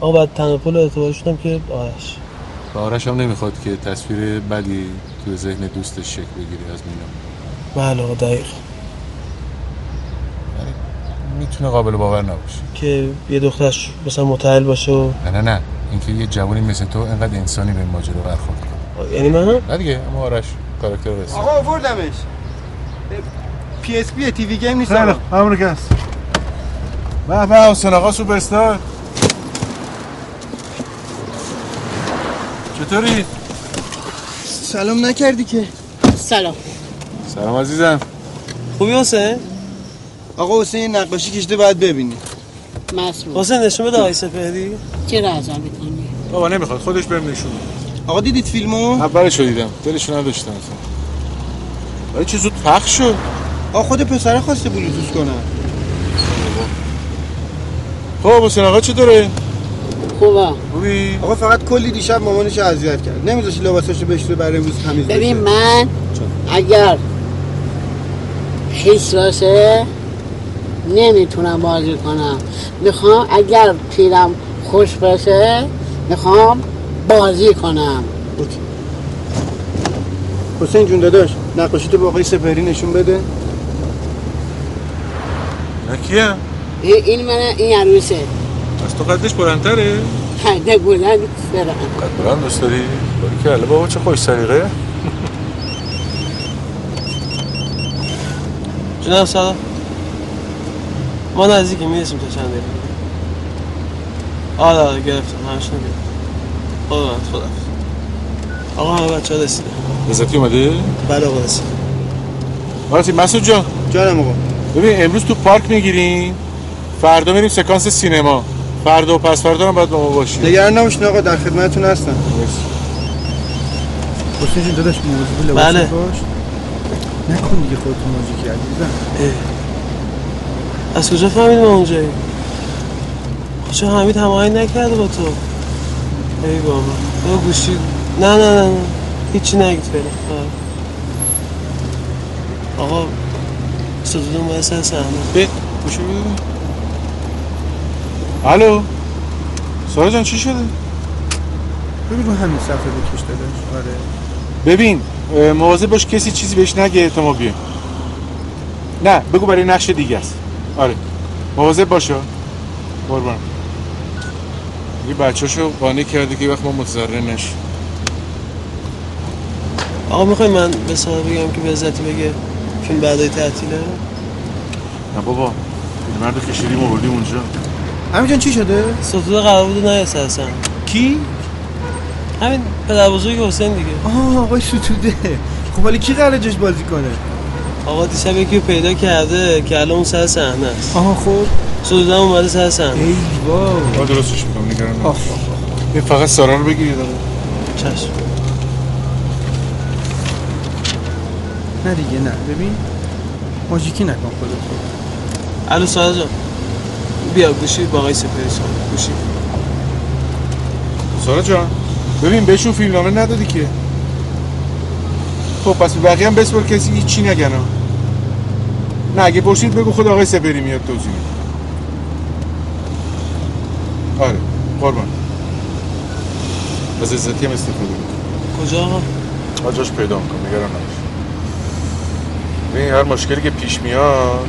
آقا بعد تنقل اعتبار شدم که آرش و آرش هم نمیخواد که تصویر بدی تو ذهن دوستش شکل بگیری از مینا بله آقا یعنی دقیق میتونه قابل باور نباشه که یه دخترش مثلا متحل باشه و نه نه نه اینکه یه جوانی مثل تو انقدر انسانی به این ماجرا برخورد کنه یعنی من نه دیگه اما آرش کاراکتر رسید آقا آوردمش پی اس پی تیوی گیم نیست خیلی آقا. خوب، همونو که هست به به حسین آقا سوپرستار چطوری؟ سلام نکردی که سلام سلام عزیزم خوبی حسین؟ آقا حسین یه نقاشی کشیده باید ببینی مسرور حسین نشون بده آقای سپهری چرا ازم میکنی؟ بابا نمیخواد خودش برم نشون آقا دیدید فیلمو؟ اولشو دیدم دلشو نداشتم اصلا ولی چه زود پخش شد آقا خود پسره خواسته بلوتوس کنم خب حسین آقا چطوره؟ خوبه خوبی؟ آقا فقط کلی دیشب مامانش اذیت کرد نمیذاشی لباساشو بشوره برای امروز تمیز بشه ببین من اگر خیس باشه نمیتونم بازی کنم میخوام اگر پیرم خوش باشه میخوام بازی کنم حسین جون داداش نقاشی تو با آقای سپهری نشون بده نکیه این این من این عروسه از تو قدش بلندتره پرده بلند دوست دارم قد بلند دوست داری؟ باریکلا بابا چه خوش سریقه جناب سلام ما نزدیکی میرسیم تا چند دقیقه آره آره گرفتم همشون رو گرفتم قربانت خدا آقا همه بچه ها رسیدم لذتی اومده؟ بله آقا رسیدم آراتی مسعود جان جانم آقا ببین امروز تو پارک میگیریم فردا میریم سکانس سینما فردا و پس فردا هم باید با ما باشی نگران نباشین آقا در خدمتتون هستم حسین جون داداش موضوع لباس بله. باش نکن دیگه خودتون موضوع کردی اه. از کجا فهمیدی ما اونجاییم چه حمید هماهنگ نکرده با تو ای بابا برو گوشی نه نه نه نه هیچی نگید فعلا آره. آقا ستودم باید سر صحنه به گوشو بده الو سارا جان چی شده ببین رو همین صفحه بکش داداش آره ببین اه، مواظب باش کسی چیزی بهش نگه تا ما بیایم نه بگو برای نقش دیگه است آره مواظب باشه قربان یه بچه‌شو قانع کرده که وقت ما متضرر نشه آقا میخوای من به سارا بگم که به عزتی بگه فیلم بعدای تعطیله نه بابا مرد کشیدیم آوردیم اونجا همینجان چی شده؟ ستوده قرار بود نیسته اصلا کی؟ همین پدر بزرگ حسین دیگه آه آقای ستوده خب ولی کی قراره جاش بازی کنه آقا دیشب یکی رو پیدا کرده که الان اون سر صحنه است آها خب ستوده هم اومده سر صحنه ای وای ما درستش میکنم نگران نباش. این فقط سارا رو بگیرید آقا چشم نه دیگه نه ببین ماژیکی نکن خودت الو سارا جان بیا گوشی با آقای سپهری کن گوشی سارا جان ببین بهشون فیلمنامه ندادی که خب پس به بقیه هم بسپر کسی هیچی نگن ها. نه اگه پرسید بگو خود آقای سپری میاد توضیح میده آره قربان از عزتی هم استفاده کن کجا آقا؟ آجاش پیدا میکن نگران نباش ببین هر مشکلی که پیش میاد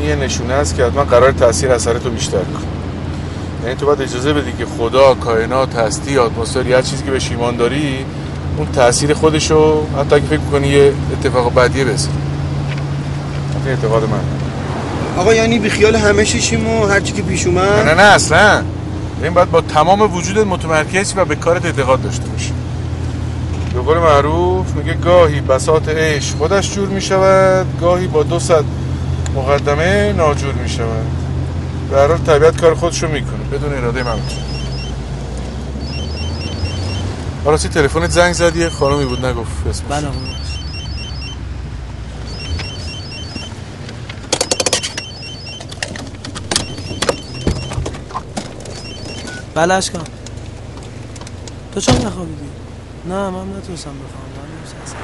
این یه نشونه است که حتما قرار تاثیر اثر تو بیشتر کن یعنی تو باید اجازه بدی که خدا کائنات هستی اتمسفر هر چیزی که بهش ایمان داری اون تاثیر خودشو حتی اگه فکر کنی یه اتفاق بدیه بذاره این اعتقاد من آقا یعنی بی خیال همه شیشیم و هرچی که پیش نه اومد نه نه اصلا این باید با تمام وجودت متمرکز و به کارت اعتقاد داشته باشی به قول معروف میگه گاهی بساط عشق خودش جور میشود گاهی با دو صد مقدمه ناجور میشود به هر حال طبیعت کار خودشو میکنه بدون اراده من آراسی تلفنت زنگ زدی یه خانمی بود نگفت اسمش بله بله اشکان تو چون نخوابیدی؟ نه من نتونستم بخوام من نمی‌شستم.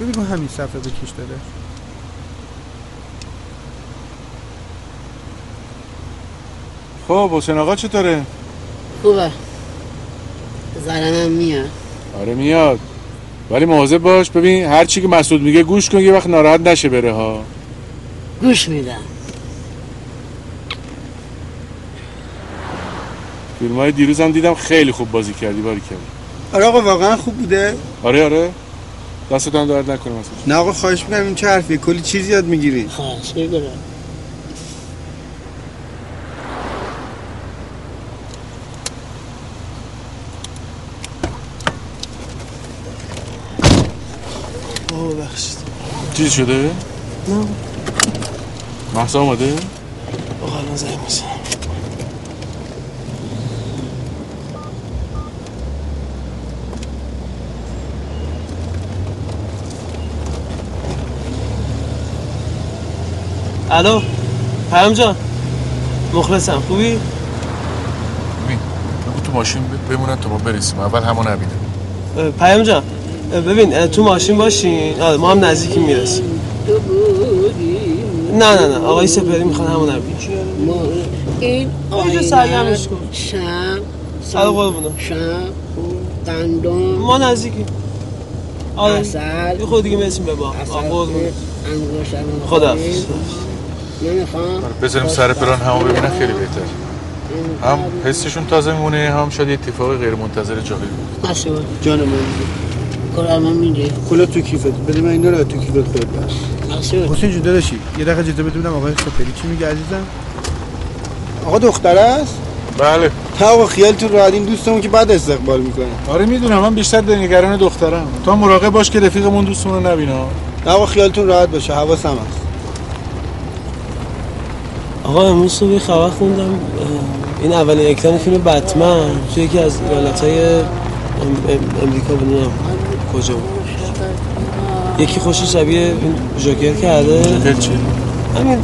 ببین رو همین صفحه بکش داداش خب حسین آقا چطوره؟ خوبه زنم میاد آره میاد ولی مواظب باش ببین هر چی که مسعود میگه گوش کن یه وقت ناراحت نشه بره ها گوش میدم فیلم های دیروز هم دیدم خیلی خوب بازی کردی باری کردی آره آقا واقعا خوب بوده آره آره دستت هم درد نکنه مسعود نه آقا خواهش میکنم این چه حرفیه کلی چیز یاد میگیری خواهش میکنم آه ببخشید چیزی شده؟ نه محسا آمده؟ آقا الان زنگ میزنم الو پیام جان مخلصم خوبی؟ بگو تو ماشین بمونن تا ما برسیم اول همون نبینه اه، پیام جان اه، ببین اه، تو ماشین باشین آره ما هم نزدیکیم میرسیم نه نه نه آقای سپری میخوان همون رو ببینن. این اینجا سرگرمش کن. شم سر قربونه شم دندون ما نزدیکیم آره عسل. یه خود دیگه برسیم به باغ آه، قربونه انگوشم خدا نمیخوام بذاریم سر پلان همو ببینن خیلی بهتر هم حسشون تازه میمونه هم شاید یه اتفاق غیر منتظر جالبی بود مسئول جان من کلامم میده کلا تو کیفت بده من اینا رو تو کیفت خودت باش حسین جون داداشی یه دقیقه اجازه بده ببینم آقای سپری چی میگه عزیزم آقا دختره است بله نه آقا خیالتون راحت این دوستمون که بعد استقبال میکنه آره میدونم من بیشتر نگران دخترم تو هم مراقب باش که رفیقمون دوستمون رو نبینه ها. نه آقا خیالتون راحت باشه حواسم هست آقا امروز صبح یه خبر خوندم اه، این اولین اکران فیلم بتمن تو یکی از ایالت های امریکا بود نمی‌دونم کجا بود یکی خوش شبیه این جوکر کرده جوکر چی؟ همین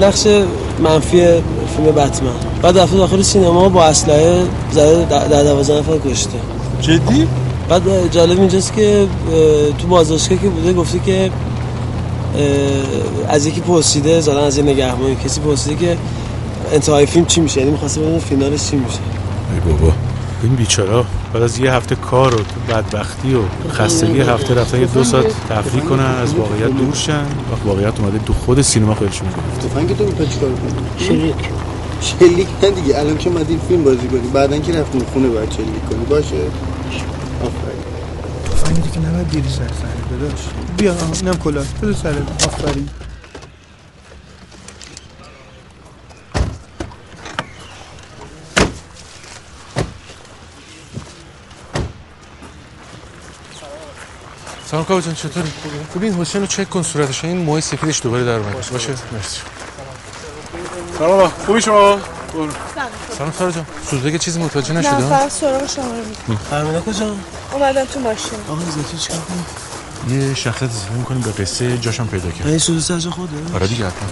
اه، نقش منفی فیلم بتمن بعد رفته داخل سینما با اسلحه زده در در دوازده نفر کشته جدی؟ بعد جالب اینجاست که اه، تو بازداشتگاه که بوده گفته که اه، از یکی پرسیده مثلا از یه نگهبان کسی پرسیده که انتهای فیلم چی میشه یعنی می‌خواسته بدون فینالش چی میشه ای بابا این بیچاره بعد از یه هفته کار و تو بدبختی و خستگی هفته رفتن یه دو ساعت تفریح کنن از واقعیت دور شن وقت واقعیت اومده تو خود سینما خودشون گرفت تفنگ تو می‌خوای چیکار کنی شلیک شلیک نه دیگه الان که اومدی فیلم بازی کنی بعدن که رفتیم خونه باید شلیک کنی باشه آفرین تفنگی که نباید دیری سر سره داداش بیا اینم کلاه بذار سرت آفرین سلام کابا جان چطوری؟ ببین حسین رو چک کن صورتش این موهای سفیدش دوباره در اومد باشه مرسی سلام آقا خوبی شما؟ قربون. سلام سارا جان سوزده که چیزی متوجه نه نشده؟ ها؟ فقط سراغ شما رو میگم فرمینه کجا؟ اومدم تو ماشین آقا زکی چیکار کنی؟ یه شخصیت اضافه می‌کنیم به قصه جاشم پیدا کرد این سوزو سرج خوده؟ آره دیگه حتما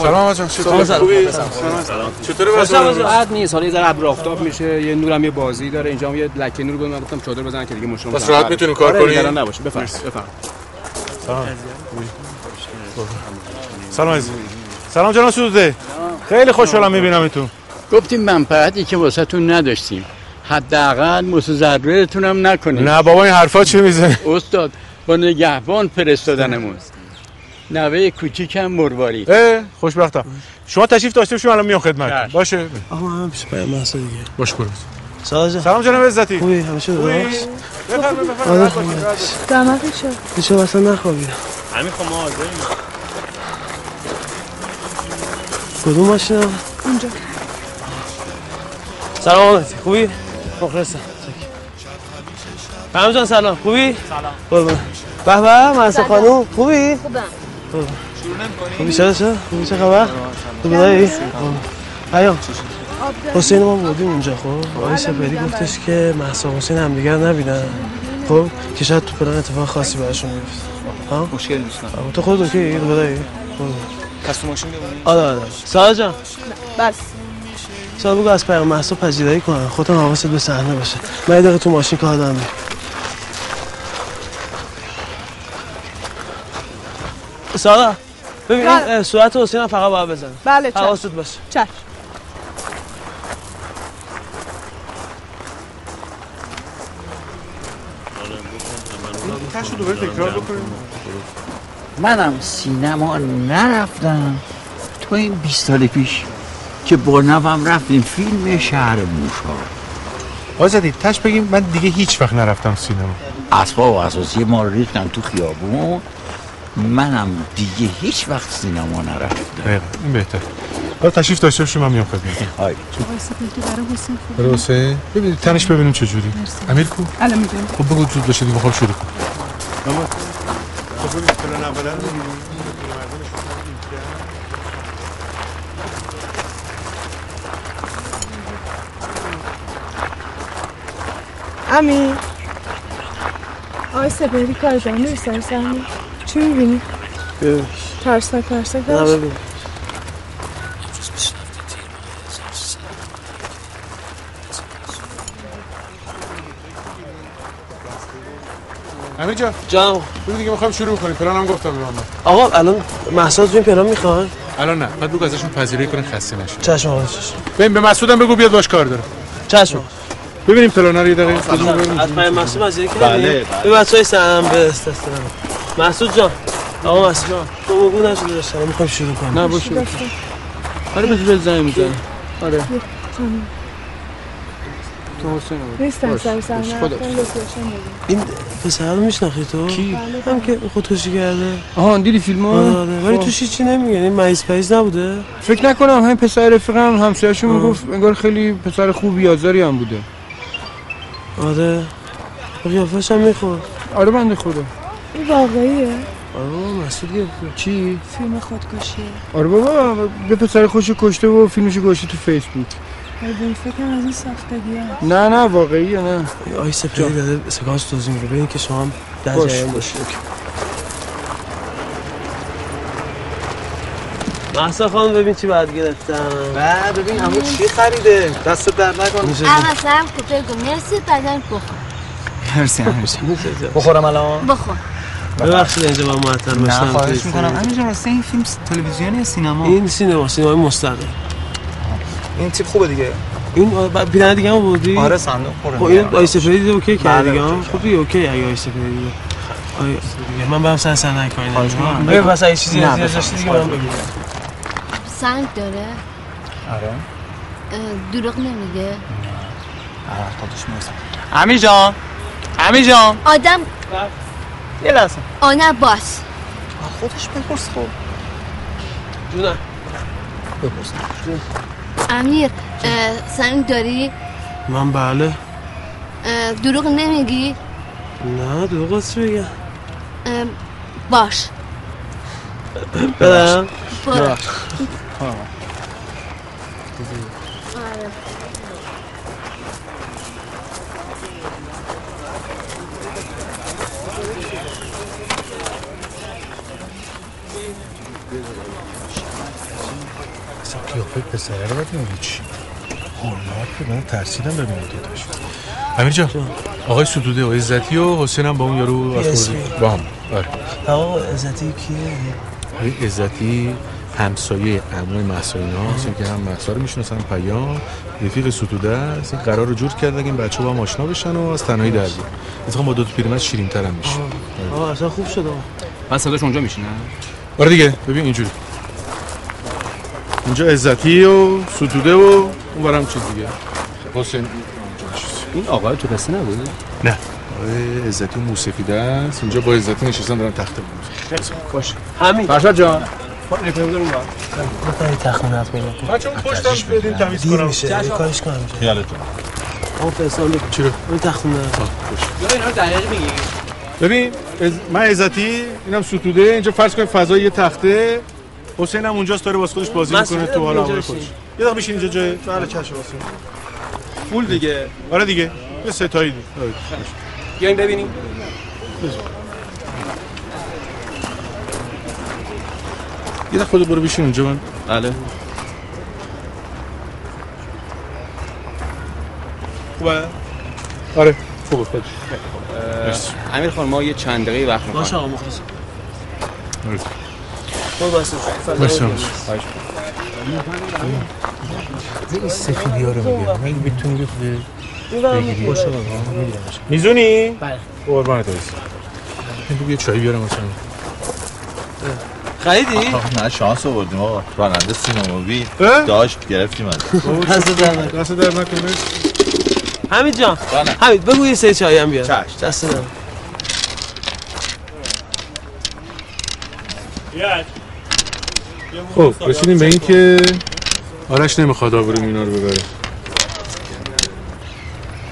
سلام آقا جان چطوری؟ سلام، خوبی؟ سلام، سلام. سلام. چطوری خوش بچه‌ها؟ آمدید. راحت نیست حالا یه ذره ابر آفتاب میشه یه نورم یه بازی داره اینجا هم یه لکه نور بود من گفتم چادر بزنن که دیگه مشکل آره، پس راحت می‌تونی کار کنی؟ نگران نباش بفرمایید مرسی. بفرمایید سلام خوبی؟ سلام عزیز سلام جان سوزده خیلی خوشحالم میبینمتون گفتیم منفعتی که واسه تون نداشتیم حداقل متضررتون هم نکنیم نه بابا این حرفا چی میزنه استاد با نگهبان فرستادنمون نوه کوچیکم مرواری اه، خوشبختم شما تشریف داشته باشیم الان میام خدمت باشه آقا من پیش پیام هست دیگه باش برو سلام جناب عزتی خوبی همیشه خوبی؟ درست بفرمایید، بفرمایید. آره راحت خوبی باشید، راحت باشید. زحمت شد هیچ وقت اصلا نخوابیدم همین خب ما حاضریم کدوم ماشینا اونجا سلام آمدی خوبی؟ مخلصم فرام جان سلام خوبی؟ سلام قربان به به محسا خانوم خوبی؟ خوبم قربان. خوبی چرا چرا؟ خوبی چه خبر؟ خوبی دایی؟ قربان. پیام حسین ما بودیم اونجا آره، خب آقای سپهری گفتش که محسا و حسین همدیگر رو نبینن خب که شاید تو پلان اتفاق خاصی براشون میفته ها؟ مشکل نیست اما تو خود اوکی؟ خوبی دایی؟ قربان. پس تو ماشین بمونی آره آره سارا جان بس سال بگو از پیام محسا پذیرایی کنن خودم حواست به صحنه باشه من یه دقیقه تو ماشین کار دارم میام. سارا ببین این بله. اه، صورت حسین هم فقط باید بزنه بله، چشم. حواست باشه چشم تاشو دوباره تکرار بکنیم منم سینما نرفتم تو این 20 سال پیش که با نوم رفتیم فیلم شهر موشا آزادی تش بگیم من دیگه هیچ وقت نرفتم سینما اسباب و اساسی ما رو ریختن تو خیابون منم دیگه هیچ وقت سینما نرفتم دقیقا این بهتر حالا تشریف داشته باشیم من میام خدمت آی برای حسین برو حسین ببین تنش ببینیم چه جوری امیر کو الان میگم خب بگو زود باشه دیگه بخوام شروع کنم امی آقای سپهری کار جان نویسم سهمی چی میبینی؟ ترسناک ترسناک نه نباش. ببین امیر جان جان ببین دیگه میخوام شروع کنیم پلانم گفتم به محمد آقا الان محسا تو این پلان میخوان الان نه بعد بگو ازشون پذیرایی کنن خسته نشه چشم آقا چشم ببین به مسعودم بگو بیاد باش کار داره چشم ببینیم پلانا رو یه دقیقه بزن ببینیم. از پیام محسا پذیرایی کردی بله، به بچه های سهم به استفاده محسود جان آقا محسود جان تو بگو نشده داشتن میخوام شروع کنم نه، باشه. آره بس بس زنگ میزنم آره تو حسین بود. نیستم باش، سر باش. صحنه خدا. رفتم، لوکیشن می‌گم. این پسر رو میشناختی تو؟ کی؟ هم که خودکشی کرده آها دیدی خب. فیلم آره ولی توش چی نمیگن این مریض پریز نبوده؟ فکر نکنم همین پسر رفیقم همسایه‌شون میگفت انگار خیلی پسر خوبی آزاری هم بوده آره به قیافش هم میخورد آره بنده خدا این واقعیه آره بابا مسعود گرفته چی؟ فیلم خودکشیه آره بابا به پسر خوش کشته و فیلمشو گوشته تو فیسبوک ولی به این فکرم از این ساختگی ها نه نه واقعی نه آی سپری داره سکانس توضیح میده ببین که شما هم در باش، جریان باشی محسا خانم ببین چی باید گرفتم نه ببین عمو چی خریده دست در نکن اول سرم کوپه گو مرسی بعدم بخور مرسی امیر بخورم الان بخور ببخشید اینجا با معطل نه باشم خواهش توی میکنم فیلم. امیر جان راستی این فیلم تلویزیونی یا سینما این سینما سینمای مستقل این تیپ خوبه دیگه این آ- ب- بیننده دیگه هم بودی آره، صندوق خورم. خب این آی سفری دیده اوکی کرد بله، دیگه اوکی هم خب دیگه اوکی اگه آی سفری دیده آی دیگه من برم سن سن نکنی خواهش می‌کنم. بگو پس اگه چیزی نه، از بفرمایید. داشتی دیگه من بگو سنگ داره آره اه، دروغ نمیگه آره خودش میرسم امیر جان امیر جان آدم یه لحظه آ نه باش خودش بپرس خب جونم بپرس امیر اه، سنگ داری من بله اه، دروغ نمیگی نه دروغ چی بگم اه، باش برم برو. اصلا قیافه پسره رو باید می‌بینی چی هولناک من ترسیدم ببینم دوتاش امیر جان آقای ستوده و عزتی و حسین هم با اون یارو PSV. از با هم آره آقا عزتی کیه آقای عزتی همسایه عموی مهسا اینا هست این که هم مهسا رو میشناسن پیام رفیق ستوده است این قرار رو جور کردن که این بچه با هم آشنا بشن و از تنهایی در بیان اتفاقا با دو تا پیرمرد شیرین‌تر هم میشه آه اصلا خوب شد آقا بعد صداش اونجا میشینه آره دیگه ببین اینجوری اینجا عزتی و ستوده و اون هم چیز دیگه حسین این آقای تو قصه نبود نه آقای عزتی و موسفیده است اینجا با عزتی نشستن دارن تخت بود باش همین فرشاد جان بخوایی تخمینت بگم بچه اون پشتم بدین تمیز دیر کنم میشه یه کارش کنم خیالتون آقا فرستان بگو چرا؟ اون تخمینت ببین از... من عزتی اینم ستوده اینجا فرض کن فضای یه تخته حسین هم اونجاست داره باز خودش بازی مسعود میکنه تو حال اینجا هوای بشین. خودش یه دقیقه şey بشین اینجا جای تو حالا چش واسه فول دیگه آره دیگه یه ستایی دی آره. بیاین ببینیم یه دقیقه خودت برو بشین اونجا من بله خوبه آره خوبه خودش مرسی. امیر خان ما یه چند دقیقه وقت باشه می‌خوایم آقا مخلصم مرسی. برو بسته مرسی، فردا مرسی. خواهش این سفیدی ها رو میگم اگه بتونی بخوره می‌برم. باشه آقا، می‌برمش. میزونی؟ بله قربانت بایست بگو یه چایی بیارم مثلا خریدی؟ نه شانس آوردیم آقا راننده سینماوی اه؟ داشت گرفتیم از دست در نکن دست در نکن حمید جان حمید بگو یه سه چایی هم بیار دست در نکن. خب رسیدیم به این که آرش نمیخواد آبروم اینا رو ببره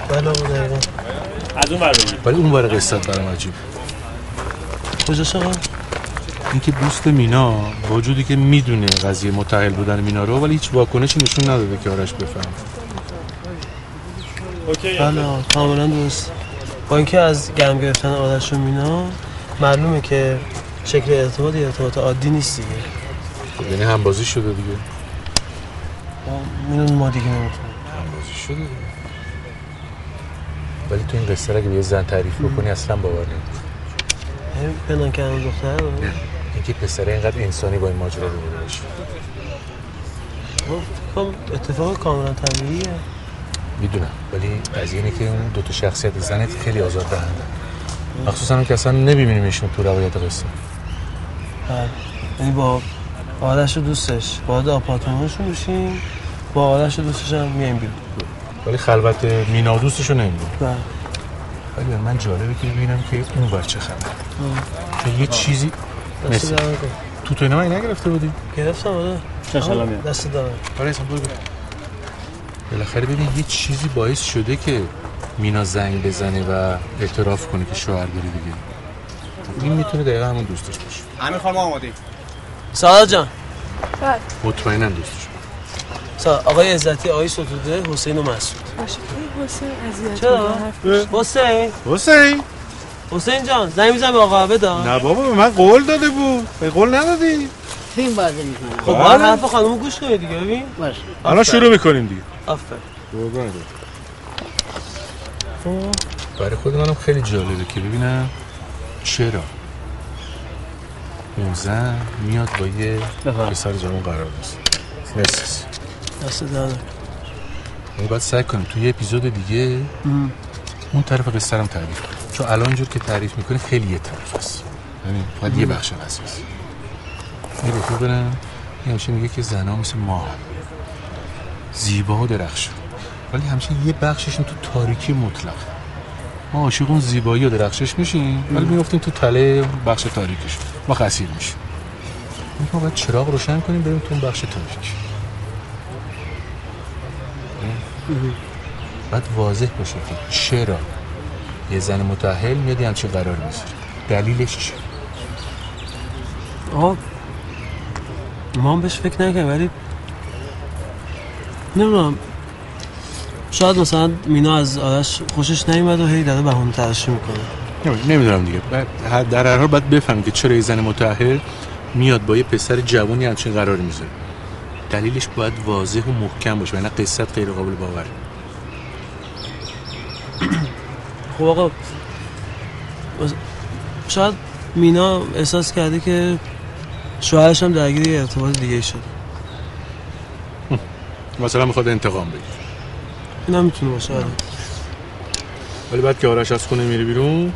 بله آقا دقیقا از اون برو ولی اون برای قصت برام عجیب کجاست آقا؟ اینکه دوست مینا با وجودی که میدونه قضیه متعهل بودن مینا رو ولی هیچ واکنشی نشون نداده که آرش بفهم اوکی بله آقا، کاملا درست با اینکه از گرم گرفتن آرش و مینا معلومه که شکل ارتباط یه ارتباط عادی نیست دیگه خب یعنی همبازی شده دیگه مینا ما دیگه نمیتونیم همبازی شده دیگه. ولی تو این قصه رو اگه به یه زن تعریف بکنی اصلا باور نمیکنه یعنی پنهان کردن دختر رو اینکه پسره اینقدر انسانی با این ماجرا رو باشه خب اتفاق کاملا طبیعیه میدونم ولی از اینه که اون دو تا شخصیت زنت خیلی آزار دهنده مخصوصا هم که اصلا نمیبینیمشون تو روایت قصه بله یعنی با آرش و دوستش وارد آپارتمانشون میشیم با آرش و دوستش هم میایم بیرون ولی خلوت مینا و دوستشو نمیدونم بله ولی برای من جالبه که ببینم که اون بچه خبر چون یه چیزی دست مثل در نکن. تو تو اینا مگه نگرفته بودی گرفتم آره چه سلام آه، میاد. دست دارم آره اسم بگو بالاخره ببین یه چیزی باعث شده که مینا زنگ بزنه و اعتراف کنه که شوهر داره دیگه این میتونه دقیقا همون دوستش باشه امیر خان ما آمادیم سارا جان بله مطمئنم دوستش سارا آقای عزتی آقای ستوده حسین و مسعود باشه این حسین اذیت چرا می‌کنه. حسین حسین حسین جان زنگ میزن به آقا بدا نه بابا به من قول داده بود بله. به قول ندادی فیلم بازی میکنم خب ما هم حرف خانمو گوش کنید دیگه ببین باشه الان شروع میکنیم دیگه آفر قربانت. برای خود منم خیلی جالبه که ببینم چرا اون زن میاد با یه پسر جوان قرار دست مرسی دست دادم ما یعنی باید سعی کنیم توی یه اپیزود دیگه اون طرف قصه رو هم تعریف کنیم چون الان جور که تعریف میکنه خیلی یه طرف است یعنی فقط یه مم. بخش هم هست این رفیق برم این همیشه میگه که زنها مثل ما زیبا و درخشان ولی همیشه یه بخششون تو تاریکی مطلق ما عاشق اون زیبایی و درخشش میشیم ولی میفتیم تو تله بخش تاریکش ما خسیر میشیم ما باید چراغ روشن کنیم بریم تو اون بخش تاریک باید واضح باشه که چرا یه زن متأهل میاد یه همچین قرار میذاره دلیلش چیه آقا ما هم بهش فکر نکردیم ولی نمیدونم شاید مثلا مینا از آرش خوشش نیومد و هی داره بهونه ترشی میکنه نمیدونم دیگه بعد هر- در هر حال باید بفهم که چرا یه زن متأهل میاد با یه پسر جوانی همچین قرار میذاره دلیلش باید واضح و محکم باشه وگرنه قصت غیر قابل باوره خب آقا بس- شاید مینا احساس کرده که شوهرش هم درگیر یه ارتباط دیگه شد مثلا میخواد انتقام بگیره این هم میتونه باشه آره. ولی بعد که آرش از خونه میره بیرون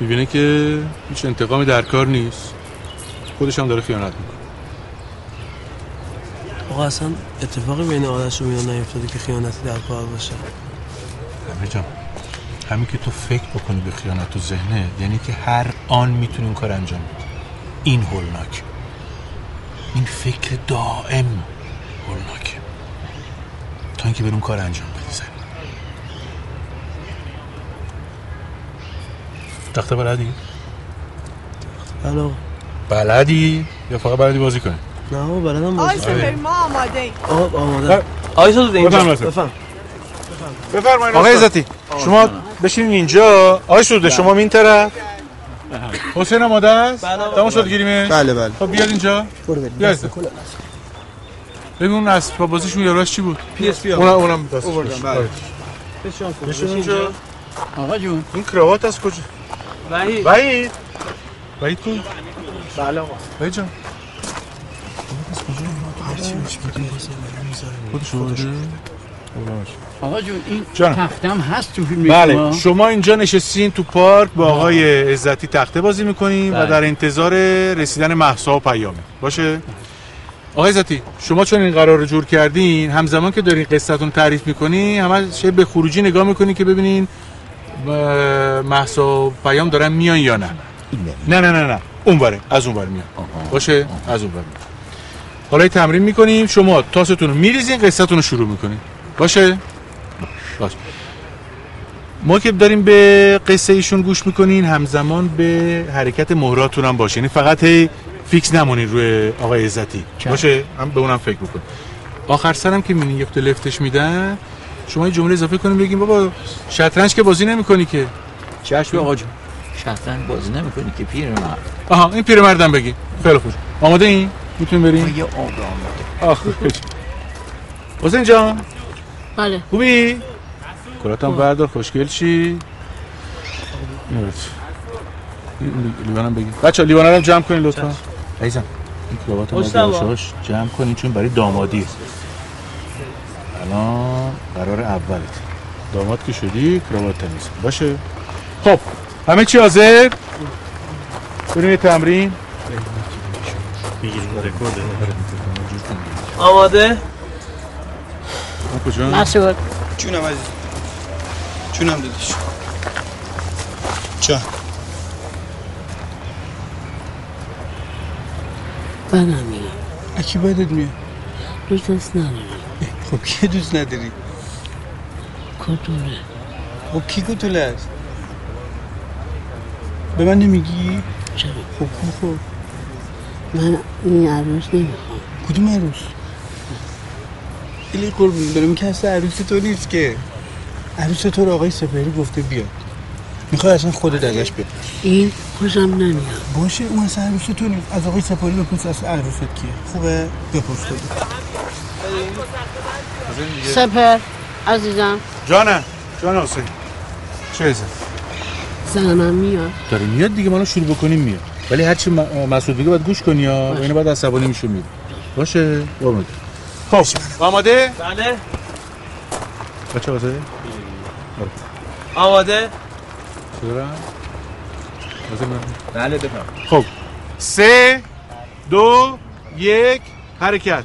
میبینه که هیچ انتقامی در کار نیست خودش هم داره خیانت میکنه آقا اصلا اتفاقی بین آرش و مینا نیفتاده که خیانتی در کار باشه همه جان همین که تو فکر بکنی به خیانت تو ذهنه یعنی که هر آن میتونی اون کار انجام بدی این هولناک این فکر دائم هولناک تا اینکه بر اون کار انجام بدی زن تخته بلدی؟ بله آقا. بلدی؟ یا فقط بلدی بازی کنی؟ نه آقا بلدم آی باشه آره. سپهری، ما آماده ایم خب، آقا آماده خب، آیسا داده اینجا بفهم، بفهم. بفهم بفرمایید آقای عزتی شما بشینین اینجا آقای سوده بله. شما این طرف حسین آماده است؟ تموم شد گیریمش؟ بله، بله. خب بیاد اینجا برو بیا عزیزم. خب، ببین اون اسباب بازیشون یاراش چی بود؟ پی اس پی اونم اونم دستش آوردم، باشه. بله. آره. بشین آقا. بشین بشین اینجا. اینجا آقا جون این کراوات از کجا وحید وحید وحید کو بله آقا وحید جان خودش آورده؟ آقا جون این جانم. تختم هست تو فیلم بله شما؟ شما اینجا نشستین تو پارک با آقای عزتی تخته بازی میکنیم و بله. در انتظار رسیدن محسا و پیامه باشه آقای عزتی شما چون این قرار رو جور کردین همزمان که دارین قصتون تعریف میکنی همش به خروجی نگاه میکنی که ببینین اه، مهسا و پیام دارن میان یا نه نه نه نه نه اونوره از اونور میان باشه از اونور میان حالا یه تمرین میکنیم شما تاستون رو میریزین قصتون رو شروع میکنین باشه باشه ما که داریم به قصه ایشون گوش میکنین همزمان به حرکت مهراتون هم باشه یعنی فقط هی فیکس نمونین روی آقای عزتی باشه هم به اونم فکر بکن آخر سرم که میبینین یک لفتش میدن شما یه جمله اضافه کنیم بگیم بابا شطرنج که بازی نمیکنی که چشم آقا جون شطرنج بازی نمیکنی که پیرمرد آها این پیرمردم بگی خیلی خوش آماده این میتونیم بریم یه عمر آمده آخ حسین جان بله خوبی کلاتم بردار خوشگل چی لیوانم بگی بچه لیوانم رو جمع کنین لطفا عزیزم این کراوات هم باید مشتبه. یواشاش جمع کنین چون برای دامادی الان قرار اولت داماد که شدی کراوات تمیز باشه خب همه چی حاضر بریم یه تمرین بله. آماده ما کجا مسعود جونم عزیز جونم دادش جان بدم میاد اکی بدت میاد دوست دست ندارم خب کی دوست نداری کتوله خب کی گوتوله است به من نمیگی چرا خب کو خب من این عروس نمیخوام کدوم عروس ایلی قربون برم که اصلا عروس تو نیست که عروس تو رو آقای سپهری گفته بیاد میخوای اصلا خودت ازش بپرس این خوشم نمیاد باشه اون اصلا عروس تو نیست از آقای سپهری بپرس اصلا عروست کیه خوبه بپرس خودت سپر عزیزم جانه جان حسین چه عزیزم زنم میاد داره میاد دیگه ما الان شروع بکنیم میاد ولی هرچی م- مسعود بگه باید گوش کنی یا اینو بعد عصبانی میشه میره باشه قربونت خب آماده بله بچه آماده آماده شدرم بله بفهم خب سه دو یک حرکت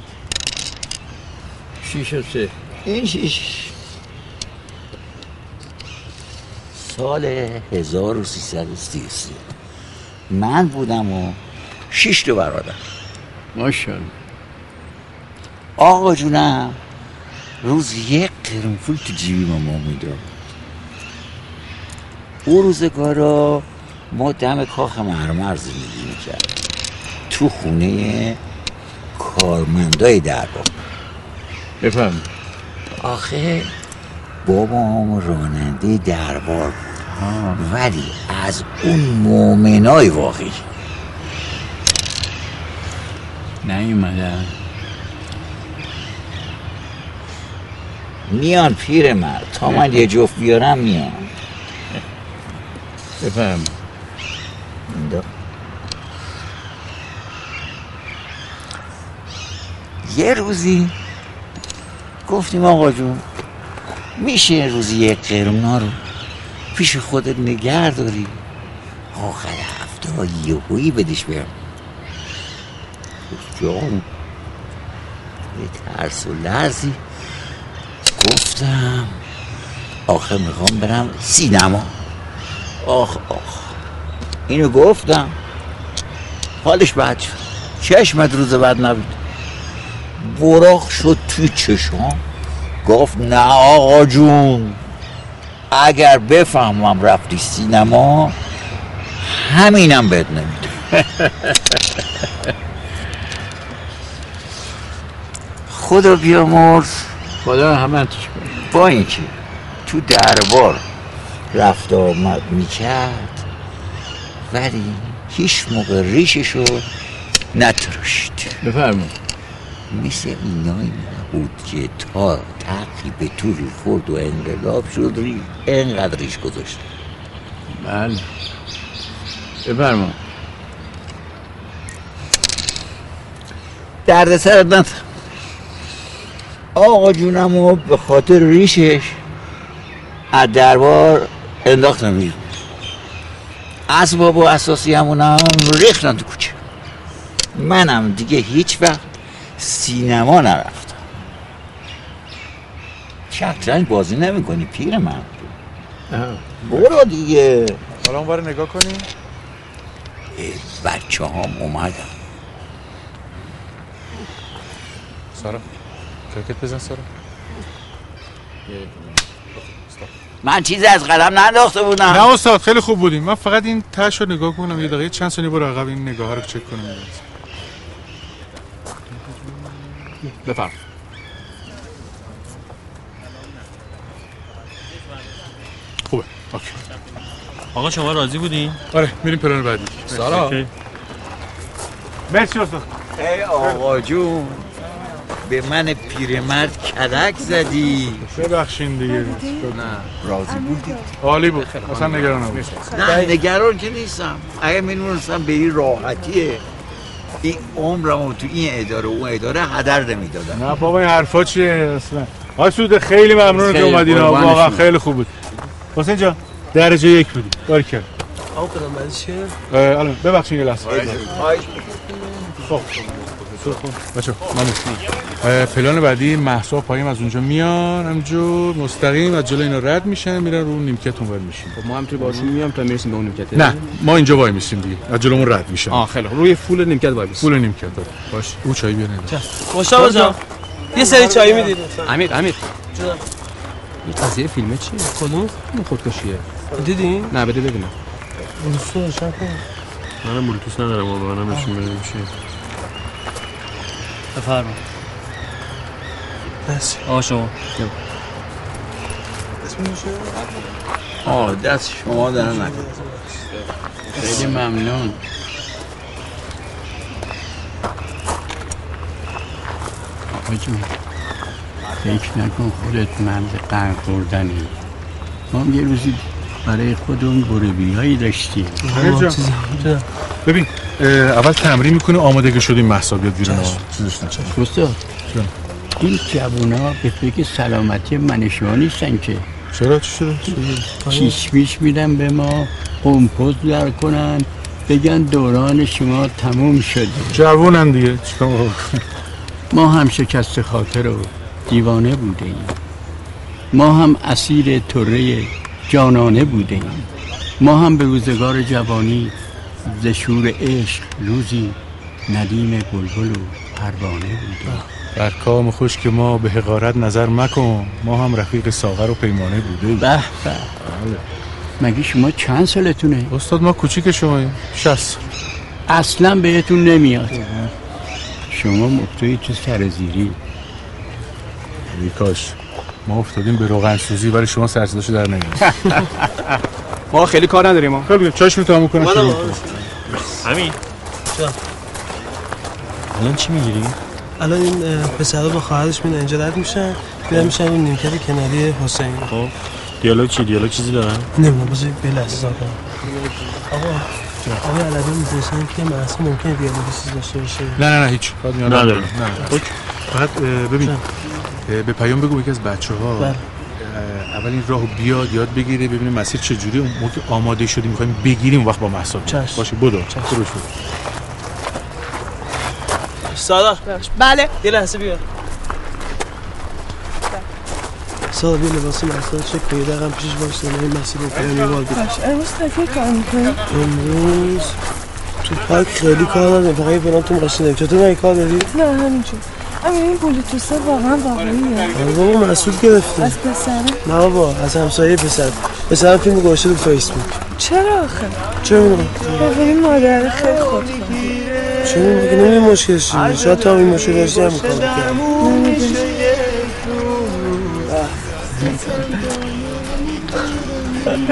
شیش و سه این شیش سال 1333 من بودم و شیش دو برادر ماشاءالله آقا جونم روز یک قرنفول تو جیبی ما ما میداد او روزگارا ما دم کاخ مرمر زندگی میکرد تو خونه کارمندای دربار بفهم آخه بابام راننده دربار بود ولی از اون مؤمنای واقعی نیومدن میان پیر مرد تا من یه جفت بیارم میان بفهم دا. یه روزی گفتیم آقا جون میشه روزی یک قرمنا رو پیش خودت نگه داری آخر هفته ها یهویی بدش بیام گفت جان یه ترس و لرزی گفتم آخه میخوام برم سینما آخ آخ اینو گفتم حالش بد شد چشمت روز بعد نبود براخ شد توی چشم گفت نه آقا جون اگر بفهمم رفتی سینما همینم بهت نمیده خدا بیامرز خدا همتش با اینکه تو دربار رفت آمد میکرد ولی هیچ موقع ریششو نتراشید بفرمایید مثل اینایی بود که تا تقی به توری خورد و انقلاب شد ری انقدر ریش گذاشت بله بفرما درد سر آقا جونم و به خاطر ریشش از دربار انداختم بیرون اسباب و اساسی همونم ریختن تو کوچه منم دیگه هیچ وقت سینما نرفتم شطرنج بازی نمی کنی پیر من برو دیگه حالا اونور نگاه کنی بچه هم اومدن سارا کرکت بزن سارا من چیزی از قلم ننداخته بودم نه استاد خیلی خوب بودیم من فقط این تهش رو نگاه کنم یه دقیقه چند ثانیه برو عقب این نگاه ها رو چک کنم بفرم خوبه اوکی. آقا شما راضی بودین؟ آره میریم پلان بعدی سارا. اوکی. مرسی استاد ای آقا جون به من پیرمرد کلک زدی ببخشین دیگه نه راضی بودی عالی بود اصلا نگران نباش نه نگران که نیستم اگه میدونستم به این راحتیه این عمرمو تو این اداره و اون اداره هدر نمیدادم نه خب. بابا این حرفا چیه اصلا آی سود خیلی ممنون که خیلی اومدین آقا. قربانشون. واقعا خیلی خوب بود حسین جان درجه یک بودی بارکل آقا قدم بعدی چیه؟ اه، الان ببخشید یه لحظه خب بچه ممنون اه، پلان بعدی محسا و پاییم از اونجا میان همجور مستقیم از جلو اینا رد میشن میرن رو نیمکت اونور میشیم خب ما همینطوری باشون میام تا میرسیم به اون نیمکت نه ما اینجا وای میسیم دیگه از جلومون رد میشن آه خیلی خوب. روی فول نیمکت وای میسیم فول نیمکت داره باش او چای بیاره مشتاق جان یه سری چای میدید امیر امیر جونم. این قضیه فیلمه چیه کدوم این خودکشیه دیدی؟ نه بده ببینم دوستو شب کن منم بلوتوس ندارم آقا منم نشون بده میشه بفرما بس آقا شما آه دست شما در نکن خیلی ممنون آقا جون فکر نکن خودت مرد قرق خوردنی ما هم یه روزی برای خودمون گروبی هایی داشتیم آقا، جان. چیزی- ببین اه، اول تمرین میکنه آماده که شدیم محسا بیاد بیرون آقا. چیزش نشه استاد این جوون ها به فکر سلامتی من و شما نیستن که چرا چی شده؟ چیشمیش میدن به ما قمپوز در کنن بگن دوران شما تموم شده جوونن دیگه چیکار ما هم شکست خاطر و دیوانه بوده ایم ما هم اسیر طره جانانه بوده ایم ما هم به روزگار جوانی ز شور عشق روزی ندیم بلبل و پروانه بوده ایم. بر کام خوش که ما به حقارت نظر مکن ما هم رفیق ساغر و پیمانه بوده به به بله، مگه شما چند سالتونه؟ استاد ما کوچیک شماییم 60 اصلا بهتون نمیاد شما مفتوی تو سرزیری ای کاش ما افتادیم به روغن سوزی ولی شما سرصداشو در نمیاد ما خیلی کار نداریم ما خیلی چشم تو میکنه شروع کن. همین الان چی میگیری؟ الان این اه، پسرها با خواهرش میرن اینجا رد میشن میرن میشن این نیمکت کناری حسین خب دیالوگ چی دیالوگ چیزی دارن نمیدونم بذار به لحظه زار کنم آقا آقا علبه میپرسن که محصول ممکنه دیالوگی چیز داشته باشه نه نه نه هیچ فقط میان نداره. نه، نه. فقط اه، ببین اه، به پیام بگو یکی از بچه ها بله. اول این راهو بیاد یاد بگیره ببینیم مسیر چجوری اون موقع که آماده شدی میخوایم بگیریم اون وقت با محسا بریم. چشم. باشه بدو خب، برو شو. سارا بله یه لحظه بیا سارا بیا لباس محصول رو چک کن یه دقیقا پیشش باشه نه این مسیر رو کنم یه بار بده باش امروز تکیه کار میکنی امروز تو پارک خیلی کار ندارم فقط یه بلان تو ماشین داریم چطور من کار داری؟ نه همینجور امیر این بلوتوسه واقعا واقعیه آره بابا مسئول گرفته از پسره نه بابا از همسایه پسر پسرم فیلم گوشه رو فیسبوک چرا آخه چه میدونم ببین مادر خیلی خود کنه چه میدونم دیگه نمیدونم مشکلش چیه شاید تا این مشکل داشته هم میکنم جونم.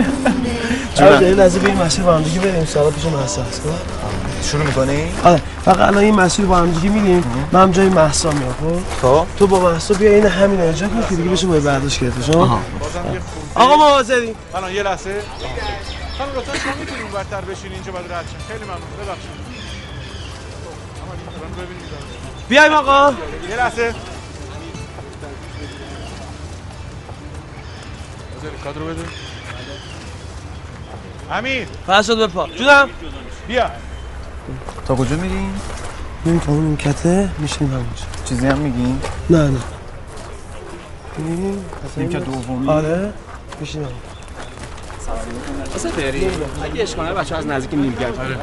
جونم یه لحظه به این مسیر با هم دیگه بریم سارا پیش محسا هست خب؟ شروع میکنی؟ آره فقط الان این مسیر با هم دیگه میریم من هم جای محسا میام خب خب تو با محسا بیا این همین اجا کن که دیگه بشه باید برداشت گرفته شما آقا ما حاضریم الان یه لحظه خانم لطفا شما میتونید اونورتر بشین اینجا بعد رد شین. خیلی ممنون ببخشید خب، اما ببینید. بیایم آقا یه لحظه کادر بده امیر فرشاد بپا جونم بیا تا کجا میریم؟ میریم تا اون کته میشیم همونجا چیزی هم میگیم؟ نه نه نیمکت دومی؟ آره میشیم همونجا اصلا بری اگه اشکانه بچه از نزدیک نیم کرد آره.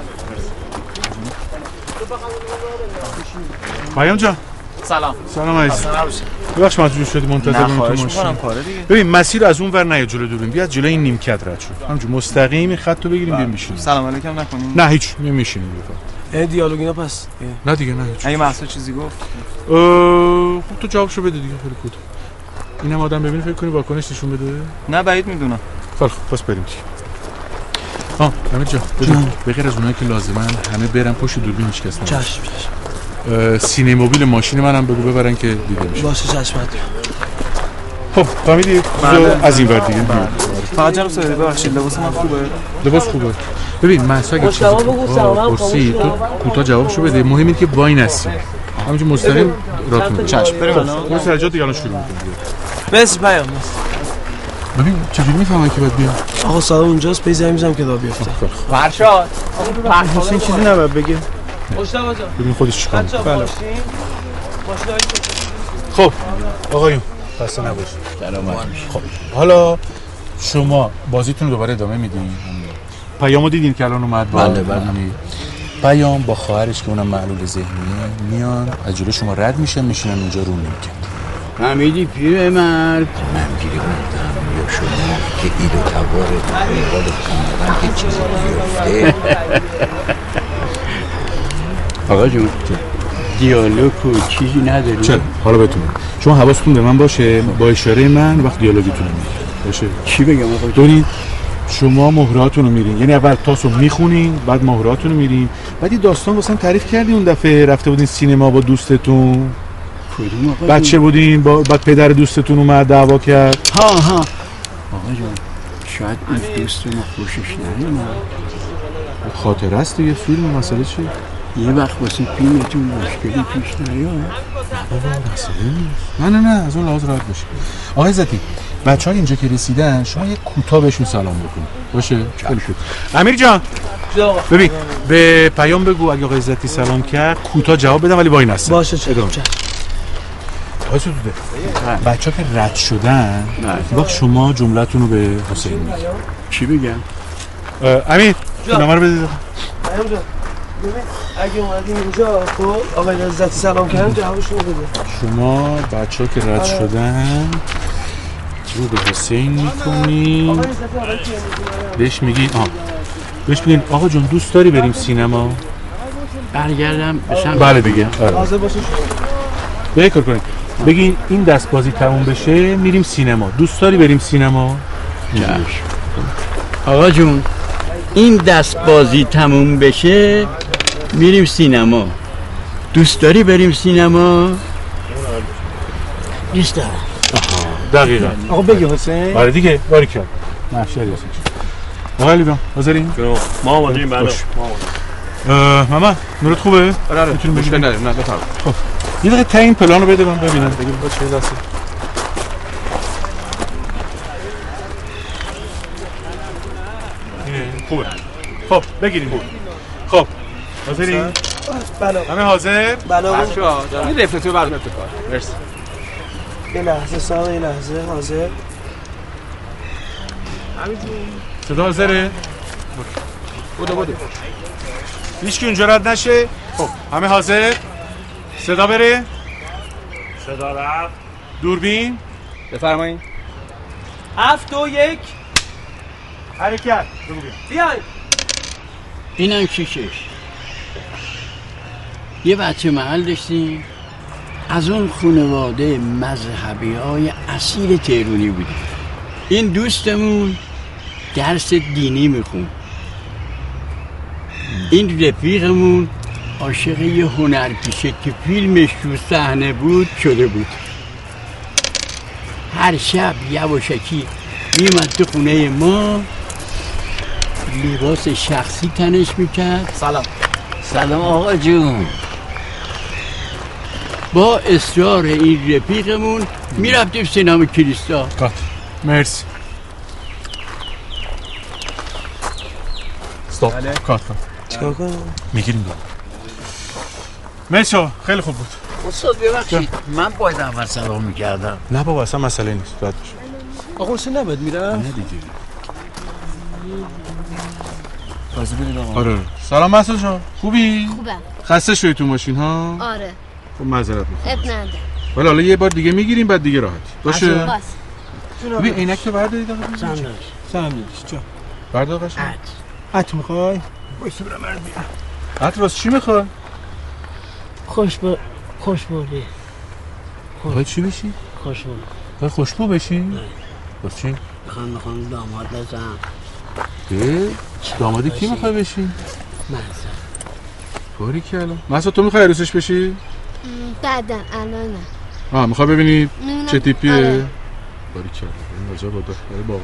پیام جان سلام سلام عزیز خسته نباشی. ببخش مجبور شدی منتظر نه، بمونیم تو خواهش ماشین. می‌کنم، کاره دیگه. ببین مسیر از اون ور نیا جلو دوربین بیا جلوی این نیمکت رد شو همینجور مستقیم این خط رو بگیریم بله. بیا میشینیم بله. سلام علیکم نکنیم؟ نه هیچ می میشینیم بیا یعنی دیالوگ اینا پس اه. نه دیگه نه هیچ اگه محصول چیزی گفت؟ اه، خب تو جوابشو بده دیگه خیلی کوتاه اینم آدم ببینه فکر کنی واکنش نشون بده نه بعید میدونم خیلی خب پس بریم دیگه آه امیر جان ببین به غیر از اونایی که لازمن همه برن پشت دوربین هیچ کس نباشه. چشم چشم اه، سینه موبیل ماشین منم بگو ببرن که دیده میشه باشه چشمت خب فهمیدی بله. از این ور دیگه بیا. فقط جناب سایری ببخشید لباس من خوبه؟ لباس خوبه ببین محسا اگه چیزی مشتبه بگو، سلام، تو پرسی خاموش تو کوتاه جوابشو بده مهم اینه که وای نسی همینجور مستقیم راتون چشم، بریم الان. اون سرجا دیگه الان شروع می‌کنیم مرسی پیام مرسی. ببین چجوری میفهمن که باید بیام خب، آقا سارا اونجاست پیزه میزم که را بیفته فرشاد حسین چیزی نباید بگه مشتبه ببین خودش چیکار می‌کنه. بله. خب آقایون خسته نباشید سلامت خب حالا شما بازیتون رو دوباره ادامه میدین پیامو دیدین که الان اومد با بله، بله. پیام با خواهرش که اونم معلول ذهنیه میان از جلو شما رد میشن میشینن اونجا رو نمیکن حمیدی پیر مرد من گیری بردم یا شما که ایل و توار دنبال کندن که چیزی بیفته آقا جون دیالوگ و چیزی نداری چل حالا بهتون میگم. شما حواستون به من باشه با اشاره من وقت دیالوگتون رو میگم باشه چی بگم آقا دونید شما مهراتون رو میرین یعنی اول تاس رو میخونین بعد مهراتون رو میرین بعد یه داستان واسم تعریف کردی اون دفعه رفته بودین سینما با دوستتون کدوم آقا بچه جون؟ بودین با... بعد پدر دوستتون اومد دعوا کرد ها ها آقا جون شاید این دوست ما خوشش نیومد خاطره است دیگه فیلم مسئله چیه؟ یه وقت واسه فیلمتون مشکلی پیش نیاد بابا مسئله نیست نه نه نه از اون لحاظ راحت باشه آقای زتی بچه ها اینجا که رسیدن شما یه کوتاه بهشون سلام بکنید باشه خیلی خوب امیر جان ببین به پیام بگو اگه آقای زتی سلام کرد کوتاه جواب بدم ولی با این هست باشه چه ادامه آقای ستوده بچه ها که رد شدن وقت شما جملتون رو به حسین میگی چی بگم؟ امیر جان. نمره بدید امجا ببین اگه اومدی اینجا خب آقای لذتی سلام کردم جوابشون رو بده شما بچه ها که رد آره. شدن رو به حسین میکنی آقای لذتی آقای کیه می‌دونم. بهش میگی آه بهش میگین آقا جون دوست داری بریم سینما برگردم بشم بله دیگه آره. حاضر باشی یه کار کنید بگین این دست بازی تموم بشه میریم سینما دوست داری بریم سینما چشم. آقا جون این دست بازی تموم بشه میریم سینما دوست داری بریم سینما دوست دارم دقیقا آقا بگی حسین برای آره دیگه باری کرد محشری هستیم آقا علی بیام حاضرین ما آمادیم بله باش. ما آمادیم. اه، ماما نورت خوبه؟ آره آره میتونیم مشکل بگیریم نداره نه بفرما خب یه دقیقه تا این پلان رو بده من ببینم بگیم با چه دسته خوبه خب بگیریم خب حاضرین؟ بله همه حاضر؟ بله آقا. این رفلتو برد افتکار مرسی یه لحظه سلام یه لحظه حاضر صدا حاضره؟ بودو بودو هیچ که اونجا رد نشه خب همه حاضر؟ صدا بره؟ صدا رفت دوربین؟ بفرمایید هفت و یک حرکت بیاین اینم کیکش یه بچه محل داشتیم از اون خانواده مذهبی های اصیل تهرونی بود این دوستمون درس دینی میخون این رفیقمون عاشق یه هنرپیشه که فیلمش رو صحنه بود شده بود هر شب یواشکی میمد تو خونه ما لباس شخصی تنش میکرد سلام سلام آقا جون با اصرار این رفیقمون میرفتیم سینما کریستا مرسی استاپ کات کن چیکار کنم؟ میگیریم دو مرسی خیلی خوب بود استاد ببخشید من باید اول سلام میکردم نه بابا اصلا مسئله نیست رد بشه آقا حسین نباید میرم نه دیگه تازه بدید آقا آره سلام محسن جان خوبی؟ خوبم خسته شدی تو ماشین ها؟ آره خب معذرت میخوام اب نداره ولی حالا یه بار دیگه میگیریم بعد دیگه راحت باشه باش ببین عینک تو بردارید آقا سلام داشت سلام داشت جا بردار قشنگ عط میخوای؟ عطر واسه چی میخوای؟ خوش با خوش بردی باید چی بشی؟ خوش باید خوشبو بشی؟ واسه چی؟ میخوام میخوام داماد بزنم اه، داماد کی میخوای بشی؟ مزه باری کلا مثلا تو میخوای عروسش بشی؟ بعدا الان نه آه میخوای ببینی می‌بینم. چه تیپیه؟ آره. باری کلا این راجع با دختر یعنی بابا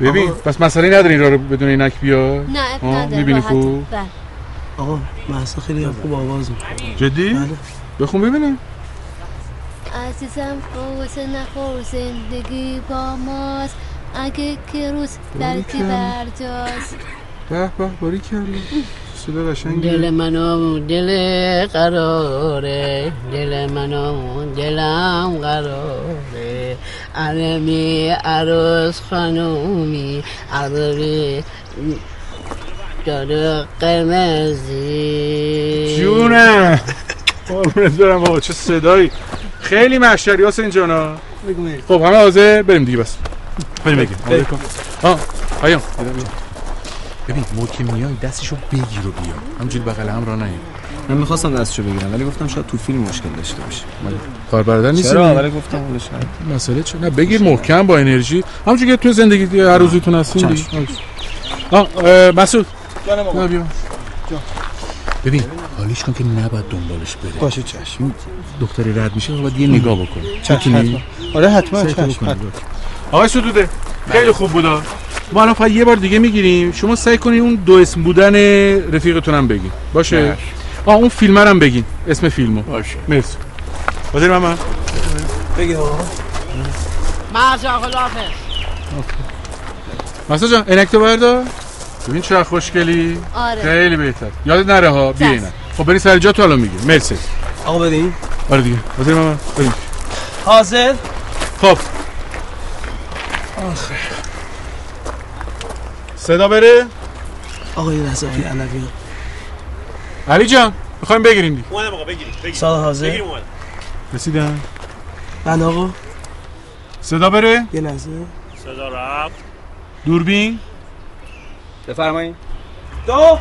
ببین پس مسئله نداری این را رو بدون عینک بیا نه اب آه، نداره می‌بینی راحت. خوب؟ بله. آقا محسا خیلی هم خوب آواز میکنه جدی؟ بخون ببینیم عزیزم قوس نخور زندگی با ماست اگه که روز درکی برجاست به به باری کلا صدا قشنگه دل منو دل قراره دل منو دلم قراره علمی عروس خانومی عروری داره قرمزی جونه قربونت برم بابا چه صدایی خیلی محشری حسین جانا بگو میری خب همه حاضر بریم دیگه بس آره. بریم بگیم بریم. آه پیام ببین ما که میای دستشو بگیر و بیا همجوری بغل هم را نیم من میخواستم دستشو بگیرم ولی گفتم شاید تو فیلم مشکل داشته باشه کار برادر نیست چرا ولی گفتم حالا شاید مسئله چه نه بگیر محکم با انرژی همونجوری که تو زندگی دیگه هر روزتون هستین دیگه آه اه، مسعود جانم آقا نه بیا ببین حالیش کن که نباید دنبالش بره باشه چشم دختری رد میشه باید یه نگاه بکنه چشم می‌تونی؟ حتما آره حتما سعی کن چشم بکنی، حتما. باشه. آقای ستوده خیلی خوب بودا ما الان فقط یه بار دیگه میگیریم شما سعی کنید اون دو اسم بودن رفیقتون هم بگین باشه باشه. آه اون فیلم رو هم بگین اسم فیلمو باشه مرسی حاضر ماما بگید آقا مرجا خلافه مسا جان انکتو بردار ببین چه خوشگلی آره. خیلی بهتر یادت نره ها چشم. بیا اینا خب بریم سر جا تو الان میگیم مرسی آقا بدین آره دیگه حاضر ماما بریم حاضر خب صدا بره آقا یه لحظه بی علوی علی جان میخوایم بگیریم دیگه اومدم آقا بگیرید بگیرید سال حاضر رسیدن بله آقا صدا بره یه لحظه صدا رفت دوربین بفرمایید دو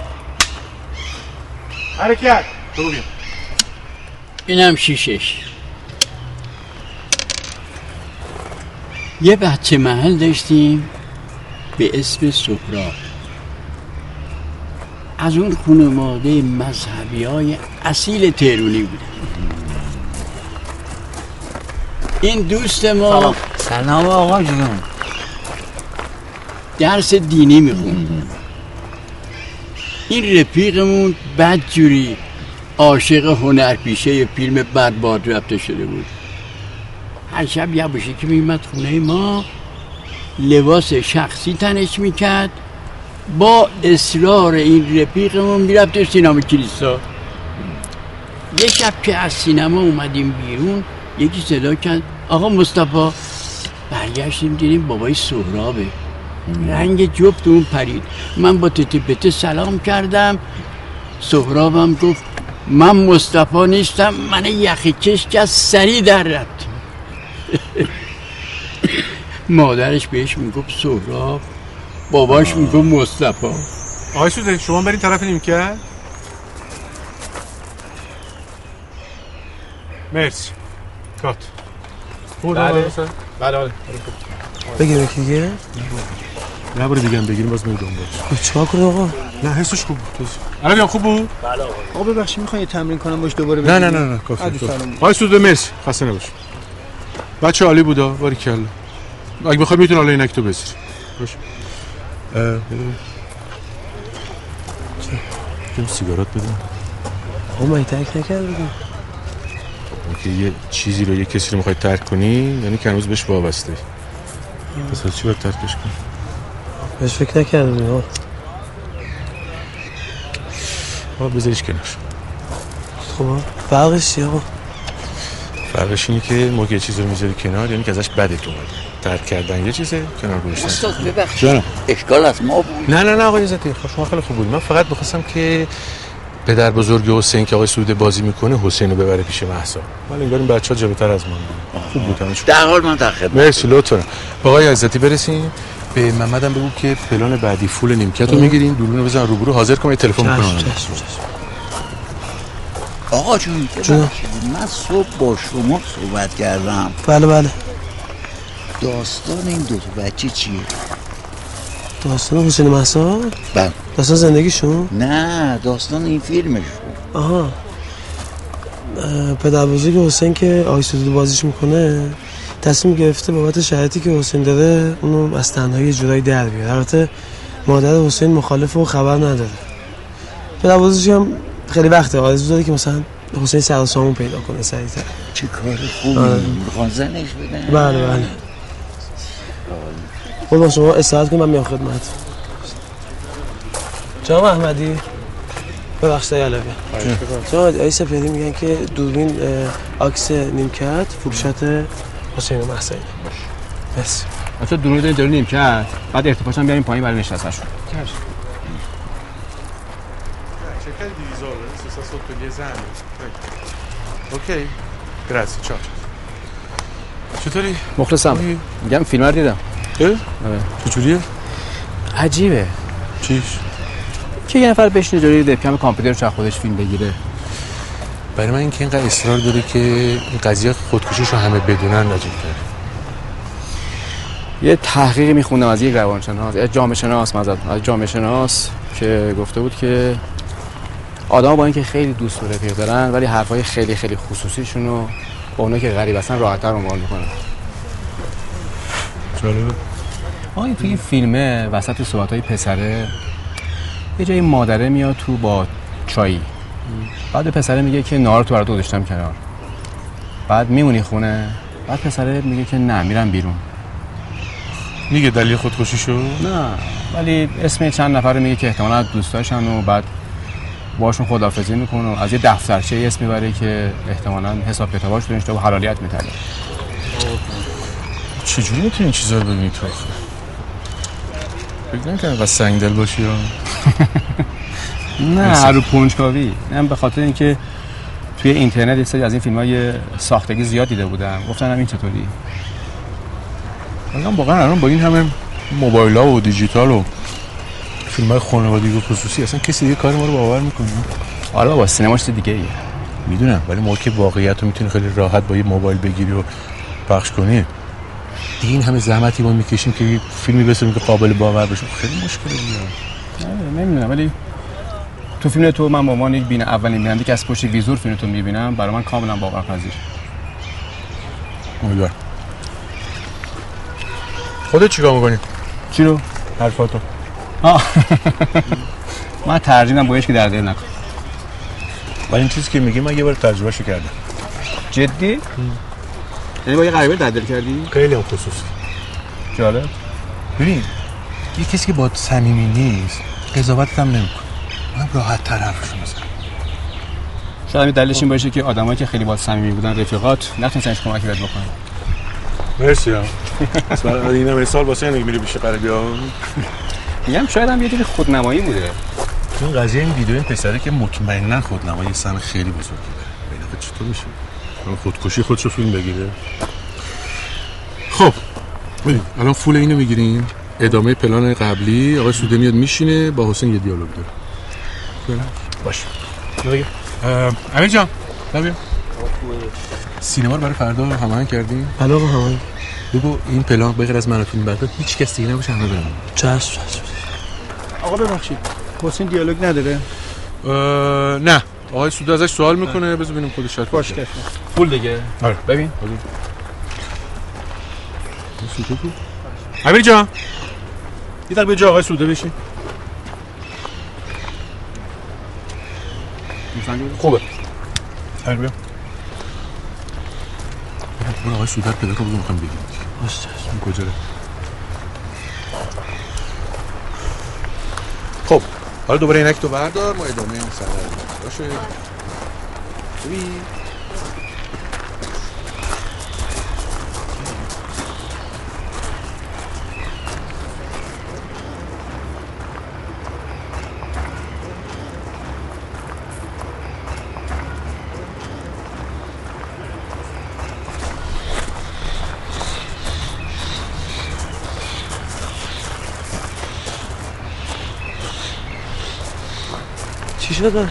حرکت برو بیا اینم شیشش یه بچه محل داشتیم به اسم سهراب از اون خانواده مذهبی های اصیل تهرونی بوده این دوست ما سلام, آقا جون درس دینی میخوند این رفیقمون بدجوری عاشق هنرپیشه فیلم برباد رفته شده بود هر شب یباشی که میمد خونه ما لباس شخصی تنش میکرد با اصرار این رفیقمون میرفته سینما کلیسا یه شب که از سینما اومدیم بیرون یکی صدا کرد آقا مصطفی برگشتیم دیدیم بابای سهرابه رنگ جفت اون پرید من با تتی پته سلام کردم سهرابم گفت من مصطفی نیستم من یخی کش که سری در رفت مادرش بهش میگفت سهراب باباش میگفت مصطفی آقای سوده شما برین طرف نیمکت مرسی کات بود بله. آقا حسن؟ بله آره. بله بگیر یکی دیگه نه برو دیگه هم بگیریم باز میدون خب چیکار کنه آقا نه حسش خوب بود الان جان آره، خوب بود بله آقا آقا ببخشید میخوای یه تمرین کنم باش دوباره نه نه بگیری؟ نه نه عجب کافی سلام. کافی. آقای سوده مرسی خسته نباش بچه عالی بودا باری کلا اگه بخوای میتونی حالا اینک تو بسیری باش اه، یه دقیقه. چون سیگارات بدم آقا من ترک نکرد بگم که یه چیزی رو یه کسی رو میخوای ترک کنی یعنی که هنوز بهش وابسته پس از چی باید ترکش کنی بهش فکر نکردم آقا آقا بذاریش کنار خب آقا. فرقش چی آقا فرقش اینه که موقع یه چیزی رو میذاری کنار یعنی که ازش بدت اومده ترک کردن یه چیزه کنار گذاشتن استاد ببخشید جانم اشکال از ما بود نه نه نه آقای عزتی خب شما خیلی خوب بودی من فقط میخواستم که پدر بزرگ حسین که آقای سوده بازی میکنه حسین رو ببره پیش محسا ولی انگار این بچه ها جلوتر از ما بودن. خوب بود همشون در حال من در خدمت مرسی لطفا به آقای عزتی برسیم به محمد هم بگو که پلان بعدی فول نیمکت رو میگیریم دوربین رو بزن روبرو حاضر کنم یه تلفن چشم، کنم چشم، آقا جون ببخشید من صبح با شما صحبت کردم بله بله داستان این دو تا بچه چیه داستان حسین محسا بله داستان زندگیشون نه داستان این فیلمش آها اه، پدر بزرگ حسین که آی سودو بازیش میکنه تصمیم گرفته بابت شرایطی که حسین داره اونو از تنهایی یه جورایی در بیاره البته مادر حسین مخالف و خبر نداره پدر بزرگش هم خیلی وقته آرزو داره که مثلا حسین سر و سامون پیدا کنه سریعتر چه کار خوبی آره. میخوان زنش بدن بله بله قربان شما استراحت کن من میام خدمت جناب احمدی ببخشید آقای علوی جون. جناب آقای سپهری میگن که دوربین اه، عکس نیمکت فروشت حسین محسنی بس البته درون داریم درون نیمکت بعد ارتفاعش هم بیاریم پایین برای نشستشون cerca di risolvere se sta sotto gli esami ok grazie ciao چطوری؟ مخلصم میگم فیلم رو دیدم آره. چجوریه؟ عجیبه چیش؟ که یه نفر بشینه جلوی دبکم کامپیوتر چه خودش فیلم بگیره برای من اینکه اینقدر اصرار داره که این قضیه خودکشیش رو همه بدونن عجیب یه تحقیقی میخوندم از یک روانشناس از جامعه شناس مزد از جامعه شناس که گفته بود که آدم با اینکه خیلی دوست و رفیق دارن ولی حرفای خیلی خیلی خصوصیشون رو با اونایی که غریب هستن راحت‌تر عنوان میکنن جالبه آیا توی فیلمه وسط صحبت های پسره یه جایی مادره میاد تو با چایی بعد به پسره میگه که نهار تو برات گذاشتم کنار بعد میمونی خونه بعد پسره میگه که نه میرم بیرون میگه دلیل خودکشی شد نه ولی اسم چند نفر رو میگه که احتمالا از دوستاشن و بعد باشون خدافزی میکنه و از یه دفترچه یه اسم میبره که احتمالا حساب کتاباش تو اشتباه حلالیت میتره چجوری میتونی این چیزا رو ببینی تو آخه؟ فکر نمیکنم و سنگدل باشی یا نه هر رو کنجکاوی نه به خاطر اینکه توی اینترنت یه سری از این فیلم های ساختگی زیاد دیده بودم گفتن این چطوری الان واقعا الان با این همه موبایل ها و دیجیتال و فیلم های خانوادگی و خصوصی اصلا کسی دیگه کار ما رو باور میکنه حالا با آره سینما چیز دیگه ایه میدونم ولی ما که واقعیت رو میتونی خیلی راحت با یه موبایل بگیری و پخش کنی دیگه این همه زحمتی ما میکشیم که یه فیلمی بسازیم که قابل باور باشه خیلی مشکله نه، نمیدونم ولی تو فیلم تو من به عنوان یک بین اولین بیننده که از پشت ویزور فیلم تو میبینم برای من کاملا باور پذیر امیدوارم خودت چیکار میکنی؟ چی رو؟ حرفاتو آه. من ترجیح میدم با هیچ که در دل نکن ولی این چیزی که میگی من یه بار تجربه شو کردم جدی؟ یعنی با یه غریبه در دل کردی؟ خیلی هم خصوصی جالب ببین یه کسی که با صمیمی نیست قضاوتت هم نمیکن من راحت تر حرفشو میزنم شاید همین دلیلش این باشه که آدمایی که خیلی با صمیمی بودن رفیقات نتونستن هیچ کمکی بهت بکنن مرسی هم پس برای این همه سال واسه اینکه میری پیش قربی ها میگم شاید هم یه جوری خودنمایی بوده تو این قضیه این ویدیو این پسره که مطمئنا خودنمایی سن خیلی بزرگی داره ببین آخه چطور میشه الان خودکشی خودشو فیلم بگیره خب ببین الان فول اینو میگیریم ادامه پلان قبلی آقای سوده میاد میشینه با حسین یه دیالوگ داره باش امیر جان بیا سینما رو برای فردا هماهنگ کردیم بله آقا همه بگو این پلان به غیر از من و فیلم بردار هیچ کس دیگه نباشه همه برن چشم چشم آقا ببخشید حسین دیالوگ نداره اه، نه آقای سوده ازش سوال میکنه بذار ببینیم خودش شرط باش بده. کردم پول دیگه آره ببین سوده کو؟ امیر جان یه دقیقه جا آقای سوده بشین خوبه امیر بیا برو آقای سوده رو پیدا کن بگو میخوام بگیم باش چشم این کجا ره؟ خب حالا دوباره اینک تو بردار ما ادامه اون سفر رو باشه ببین. چی شده؟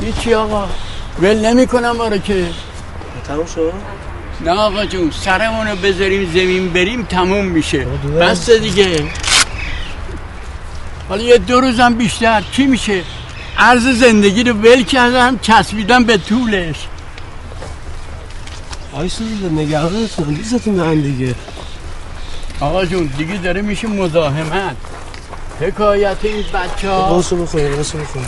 هیچی آقا ول نمیکنم ما رو که تموم شد؟ نه آقا جون سرمون رو بذاریم زمین بریم تموم میشه بس دیگه حالا یه دو روزم بیشتر چی میشه عرض زندگی رو ول کردم چسبیدم به طولش آی سوزه نگرانتون دوستتون به هم دیگه آقا جون دیگه داره میشه مزاحمت حکایت این بچه ها قاسو بخوری قاسو بخوری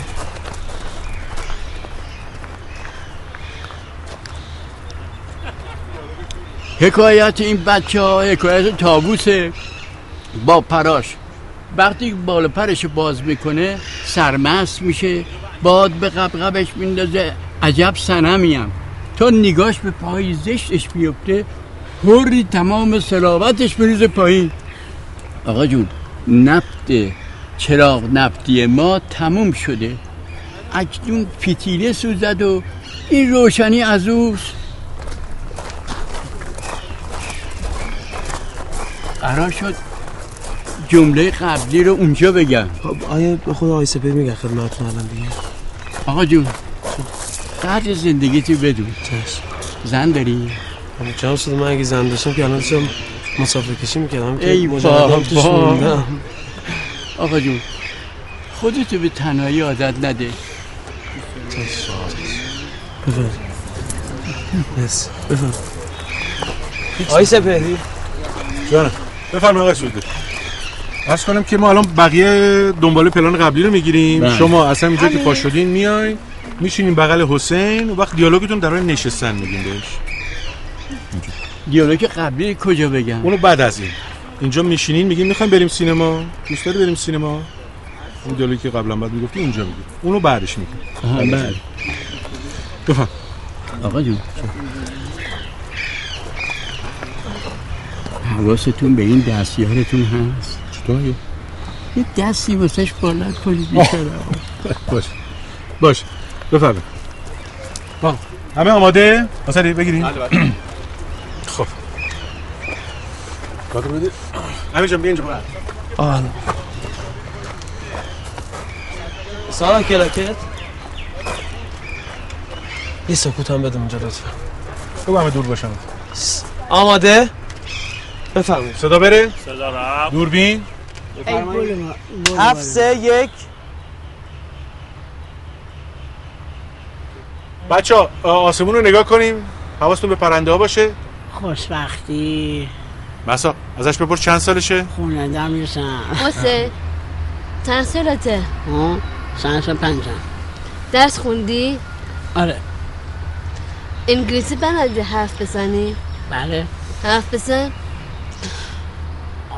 حکایت این بچه ها حکایت تابوسه با پراش وقتی بالا پرش باز میکنه سرمست میشه باد به قبقبش میندازه عجب سنمیم تا نگاش به پای زشتش بیفته هوری تمام سلاوتش بریزه پایین آقا جون نفت چراغ نفتی ما تموم شده اکنون فتیله سوزد و این روشنی از اوست قرار شد جمله قبلی رو اونجا بگم خب آیا به خود آی سپر میگن خدمتتون الان دیگه آقا جون قدر زندگیتی بدون زن داری؟ چند شده من اگه زن داشتم که الان داشتم مسافر کشی میکردم که ای مجردم توش بابا. موندم. آقا جون خودتو به تنهایی عادت نده بفرم مرسی بفرم آی سپهری جانم بفرمایید آقای شده عرض کنم که ما الان بقیه دنبال پلان قبلی رو میگیریم بله. شما اصلا اینجا که همین. پا شدین میای میشینین بغل حسین و وقت دیالوگتون در حال نشستن میگین بهش دیالوگ قبلی کجا بگم اونو بعد از این اینجا میشینین میگین میخوایم بریم سینما دوست داری بریم سینما اون دیالوگی که قبلا بعد میگفتی اونجا میگی اونو بعدش آها، میگی بله. بفهم آقا جون حواستون به این دستیارتون هست چطوری؟ یه دستی واسش بالا کنید آه. بیچاره. باش باش بفرمایید با همه آماده؟ آسری بگیریم خب کادر بده بله. همه جان بیا اینجا برو. آه سلام کلاکت یه سکوت هم بده اونجا لطفا بگو همه دور باشم آماده بفرمایید صدا بره دوربین هفت سه یک بچه ها آسمون رو نگاه کنیم حواستون به پرنده ها باشه خوشبختی مسا ازش بپرس چند سالشه خوننده هم میرسن حسین چند سالته ها سن سال پنجم درس خوندی آره انگلیسی بلدی حرف بزنی بله حرف بزن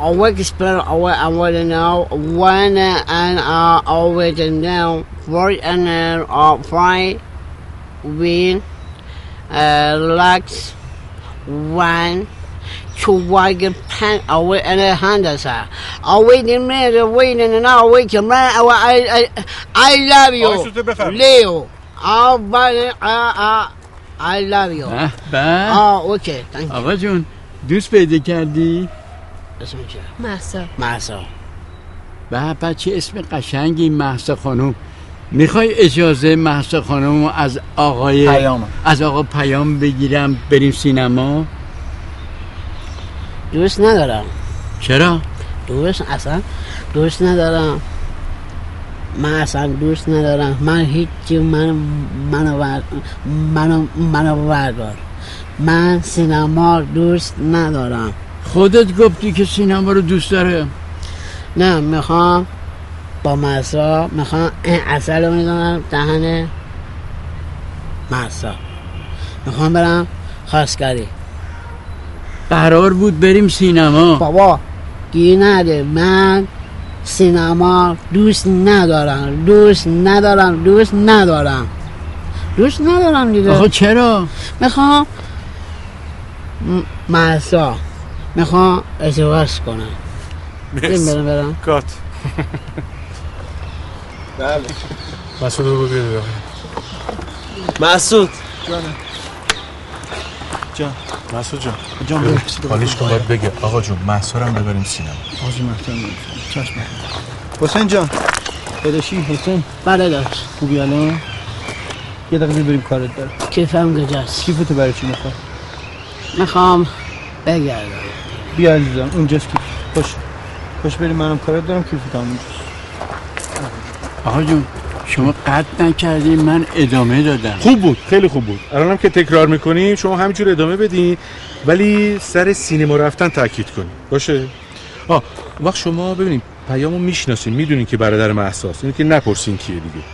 I work spell away I wanna know when and I always know for and uh fight win uh relax one to wagon pan away and a hand us I wait in man I wait in and I wait your man I I I, I love آقای سوته، you بفرمایید. Leo I'll buy it I I I love you به به آه اوکی thank you. آقا جون دوست پیدا کردی اسم چیه؟ محسا محسا به به چه اسم قشنگی محسا خانم میخوای اجازه محسا خانم رو از آقای پیام. از آقا پیام بگیرم بریم سینما دوست ندارم چرا دوست اصلا دوست ندارم من اصلا دوست ندارم من هیچی من منو بر- منو منو بردار من سینما دوست ندارم خودت گفتی که سینما رو دوست داره نه میخوام با مسا میخوام این اصل رو میدونم دهن مسا میخوام برم خواستگاری قرار بود بریم سینما بابا گیر نده من سینما دوست ندارم دوست ندارم دوست ندارم دوست ندارم دیگه آخه چرا میخوام محسا میخوام ازدواج کنم بریم برم برم کات بله مسعود رو بگیر مسعود جان مسعود جان جان، بیا. بپرسید آقا حالیش کن جان. باید بگه آقا جون محسا رو هم ببریم سینما آجی محترم چشم حسین جان داداشی حسین بله داشت خوبی الان یه دقیقه بریم کارت داره کیفم کجاست کیفتو برای چی میخوای میخوام بگردم بیا عزیزم اونجاست کیف خوش خوش بریم منم کارت دارم کیفت هم اونجاست آقا جون شما قطع نکردی من ادامه دادم خوب بود خیلی خوب بود الان هم که تکرار میکنیم شما همینجور ادامه بدین ولی سر سینما رفتن تاکید کنیم باشه آه اون وقت شما ببینید پیامو میشناسین میدونین که برادر محساس اینو که نپرسین کیه دیگه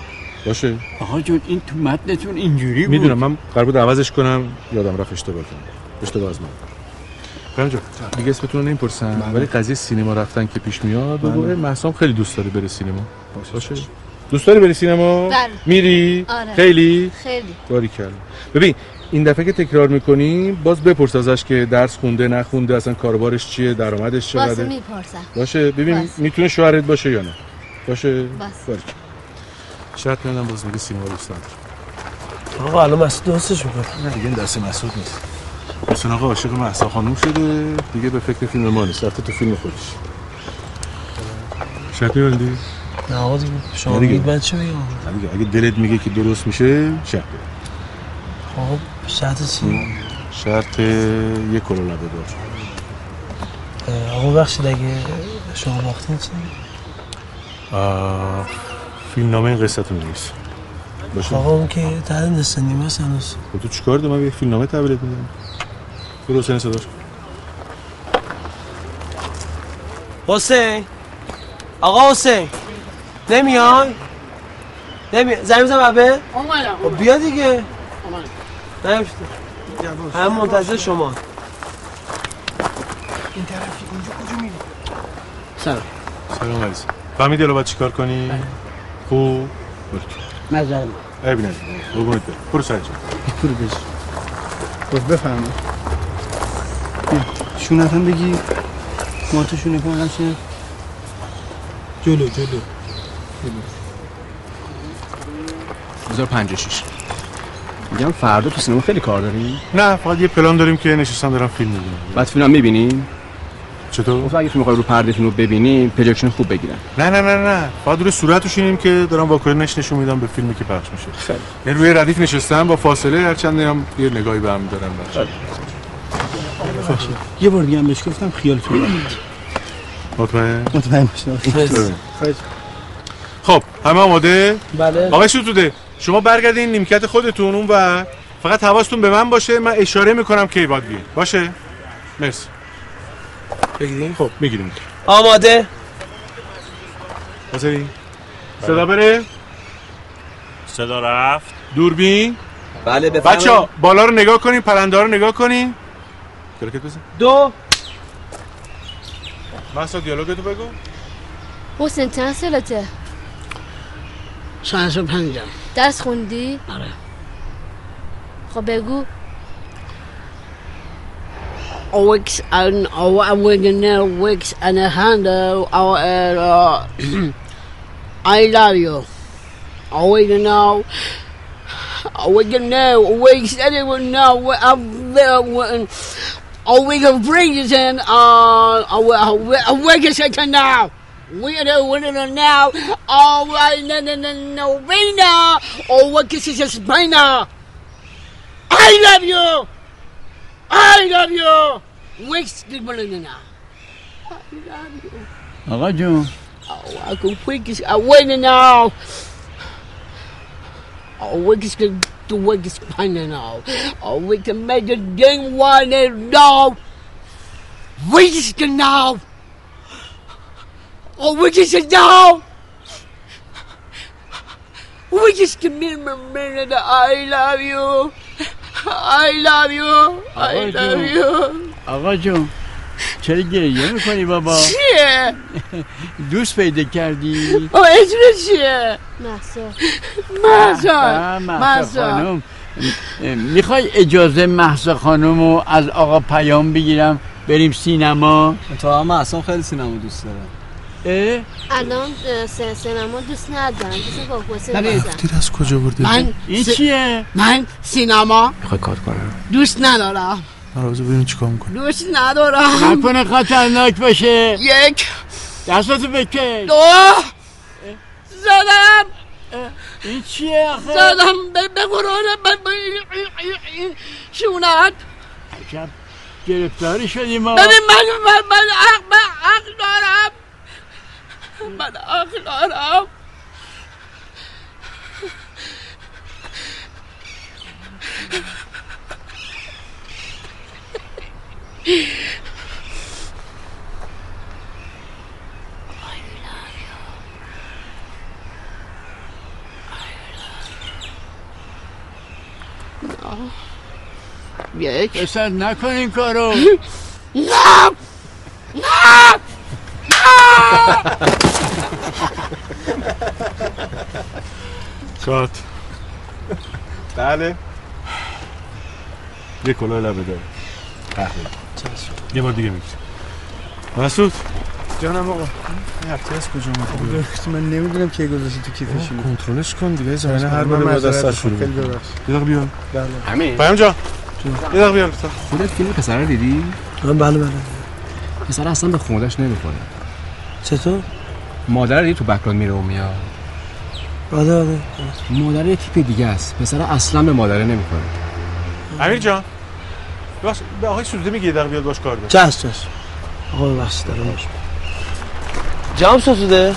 باشه آقا جون این تو متنتون اینجوری بود میدونم من قرار بود عوضش کنم یادم رفت اشتباه کنم اشتباه از من بله. برام جان دیگه اسمتون رو نمیپرسم ولی قضیه سینما رفتن که پیش میاد بگو بله. اه، مهسا هم خیلی دوست داره بره سینما باشه دوست داری بری سینما بله. میری آره. خیلی خیلی باریکلا ببین این دفعه که تکرار میکنیم باز بپرس ازش که درس خونده نخونده اصلا کاروبارش چیه درآمدش واسه چقدره میپرسم باشه ببین باشه. میتونه شوهرت باشه یا نه باشه باشه. باریکلا. شاید منم باز میگه سینما دوست نداره آقا الان مسعود درستش میکنه دیگه این دست مسعود نیست حسین آقا عاشق مهسا خانوم شده دیگه به فکر فیلم ما نیست رفته تو فیلم خودش شرط میبندی؟ نه آقا دیگه شما نه دیگه. بگید بچه بگم نه دیگه اگه دلت میگه که درست میشه شرط آقا شرط چی؟ شرط یک کلو لبه دار اه، آقا بخشید اگه شما باختین چی؟ فیلم نامه این قصه تو نویس باشه آقا اون که تحت نصف نیمه است هنوز خب تو چیکار داری؟ من یک فیلم نامه تحویلت میدم برو حسین صداش کن. حسین آقا حسین نمیای نمی زنگ بزن ببه اومدم خب بیا دیگه اومدم. نمیشه هم منتظر شما این طرفی اونجا کجا میری سلام سلام عزیز فهمیدی الان باید چیکار کنی؟ خوب نظر عیب نداره قربونت برم برو سر جات. برو بش خب بفرما خب بیا. شونت هم بگی ما تو شونه کن قشنگ جلو جلو جلو 1056 میگم فردا تو سینما خیلی کار داریم نه فقط یه پلان داریم که نشستم دارم فیلم میبینم بعد فیلم هم میبینیم چطور؟ گفت اگه تو میخوای رو پرده فیلم رو ببینی پروژکشن خوب بگیرن نه نه نه نه فقط روی صورتش اینیم که دارم واکنش نشون میدم به فیلمی که پخش میشه خیلی یعنی روی ردیف نشستم با فاصله هر چند دارم یه نگاهی به هم میدارم باشه یه بار دیگه هم بهش گفتم خیال تو راحت. مطمئن مطمئن باشه خیلی. خب همه آماده؟ بله آقای ستوده شما برگردین نیمکت خودتون اون و فقط حواستون به من باشه من اشاره میکنم کی باید بیاین. باشه مرسی بگیریم خب میگیریم آماده حاضری صدا بره صدا رفت دوربین بله بچه ها بالا رو نگاه کنین پرنده ها رو نگاه کنین کلکت بزن دو محسا دیالوگتو بگو حسین چند سالته چهارصد و پنجم درس خوندی آره خب بگو weeks and our webinar weeks and a handle our uh, I love you. I want to know. I want to know. Weeks anyone know what I'm there when. Oh, we can bring this in. Uh, I wake us up now. We are the winner now. All right, no, no, no, no, we now. Oh, what is this now? I love you. I love you. Wakes the morning now. I love you. آقا جون Oh, I could wake is I win now. Oh, wake is good. The wake is fine now. Oh, we can make the dang one and now. Wake is good now. Oh, wake is good now. Wake is good minute. I love you. I love you. I آقا love جون. you. آقا جون چرا گریه میکنی بابا چیه؟ دوست پیدا کردی Oh, اسمش چیه؟ محسا مهسا. محسا مهسا. خانم میخوای اجازه محسا خانم رو از آقا پیام بگیرم بریم سینما تو هم اصلا خیلی سینما دوست داره اه؟ الان اه، سه- سینما دوست ندارم دوست با حسین نبید. بازم. از کجا برده من این چیه؟ من سینما میخوای کار کنم دوست ندارم مرازو بریم چیکار میکنی دوست ندارم نکنه خطرناک باشه یک دستتو بکش دو زدم این چیه آخه؟ زدم به به قرآن به به این- این- این شونت عجب گرفتاری شدی ما ببین من من من عقل من عقل دارم من عقل دارم یک پسر نکن این کارو نه نه کات بله یه کلاه لبه داره قهوه یه بار دیگه میگیرم مسعود جانم آقا این هفته از کجا میخوام من نمیدونم کی گذاشته تو کیفشون کنترلش کن دیگه زمینه من هر بار معذرت باید از سر میخوام، شروع خیلی می‌کنی. ببخشید. یه دقیقه بیا بله همین پیام جان یه دقیقه بیا لطفا خودت فیلم پسر رو دیدی؟ من بله بله پسر اصلا به خوندش نمیخوره چطور؟ مادر رو دیدی تو بکران میره و میاد آره آره مادر یه تیپ دیگه است پسر اصلا به مادره نمیخوره امیر جان ببخش به آقای سروده میگی یه دقیقه بیاد باش کار داره چست چست آقا ببخشید دارم باش جمع ستوده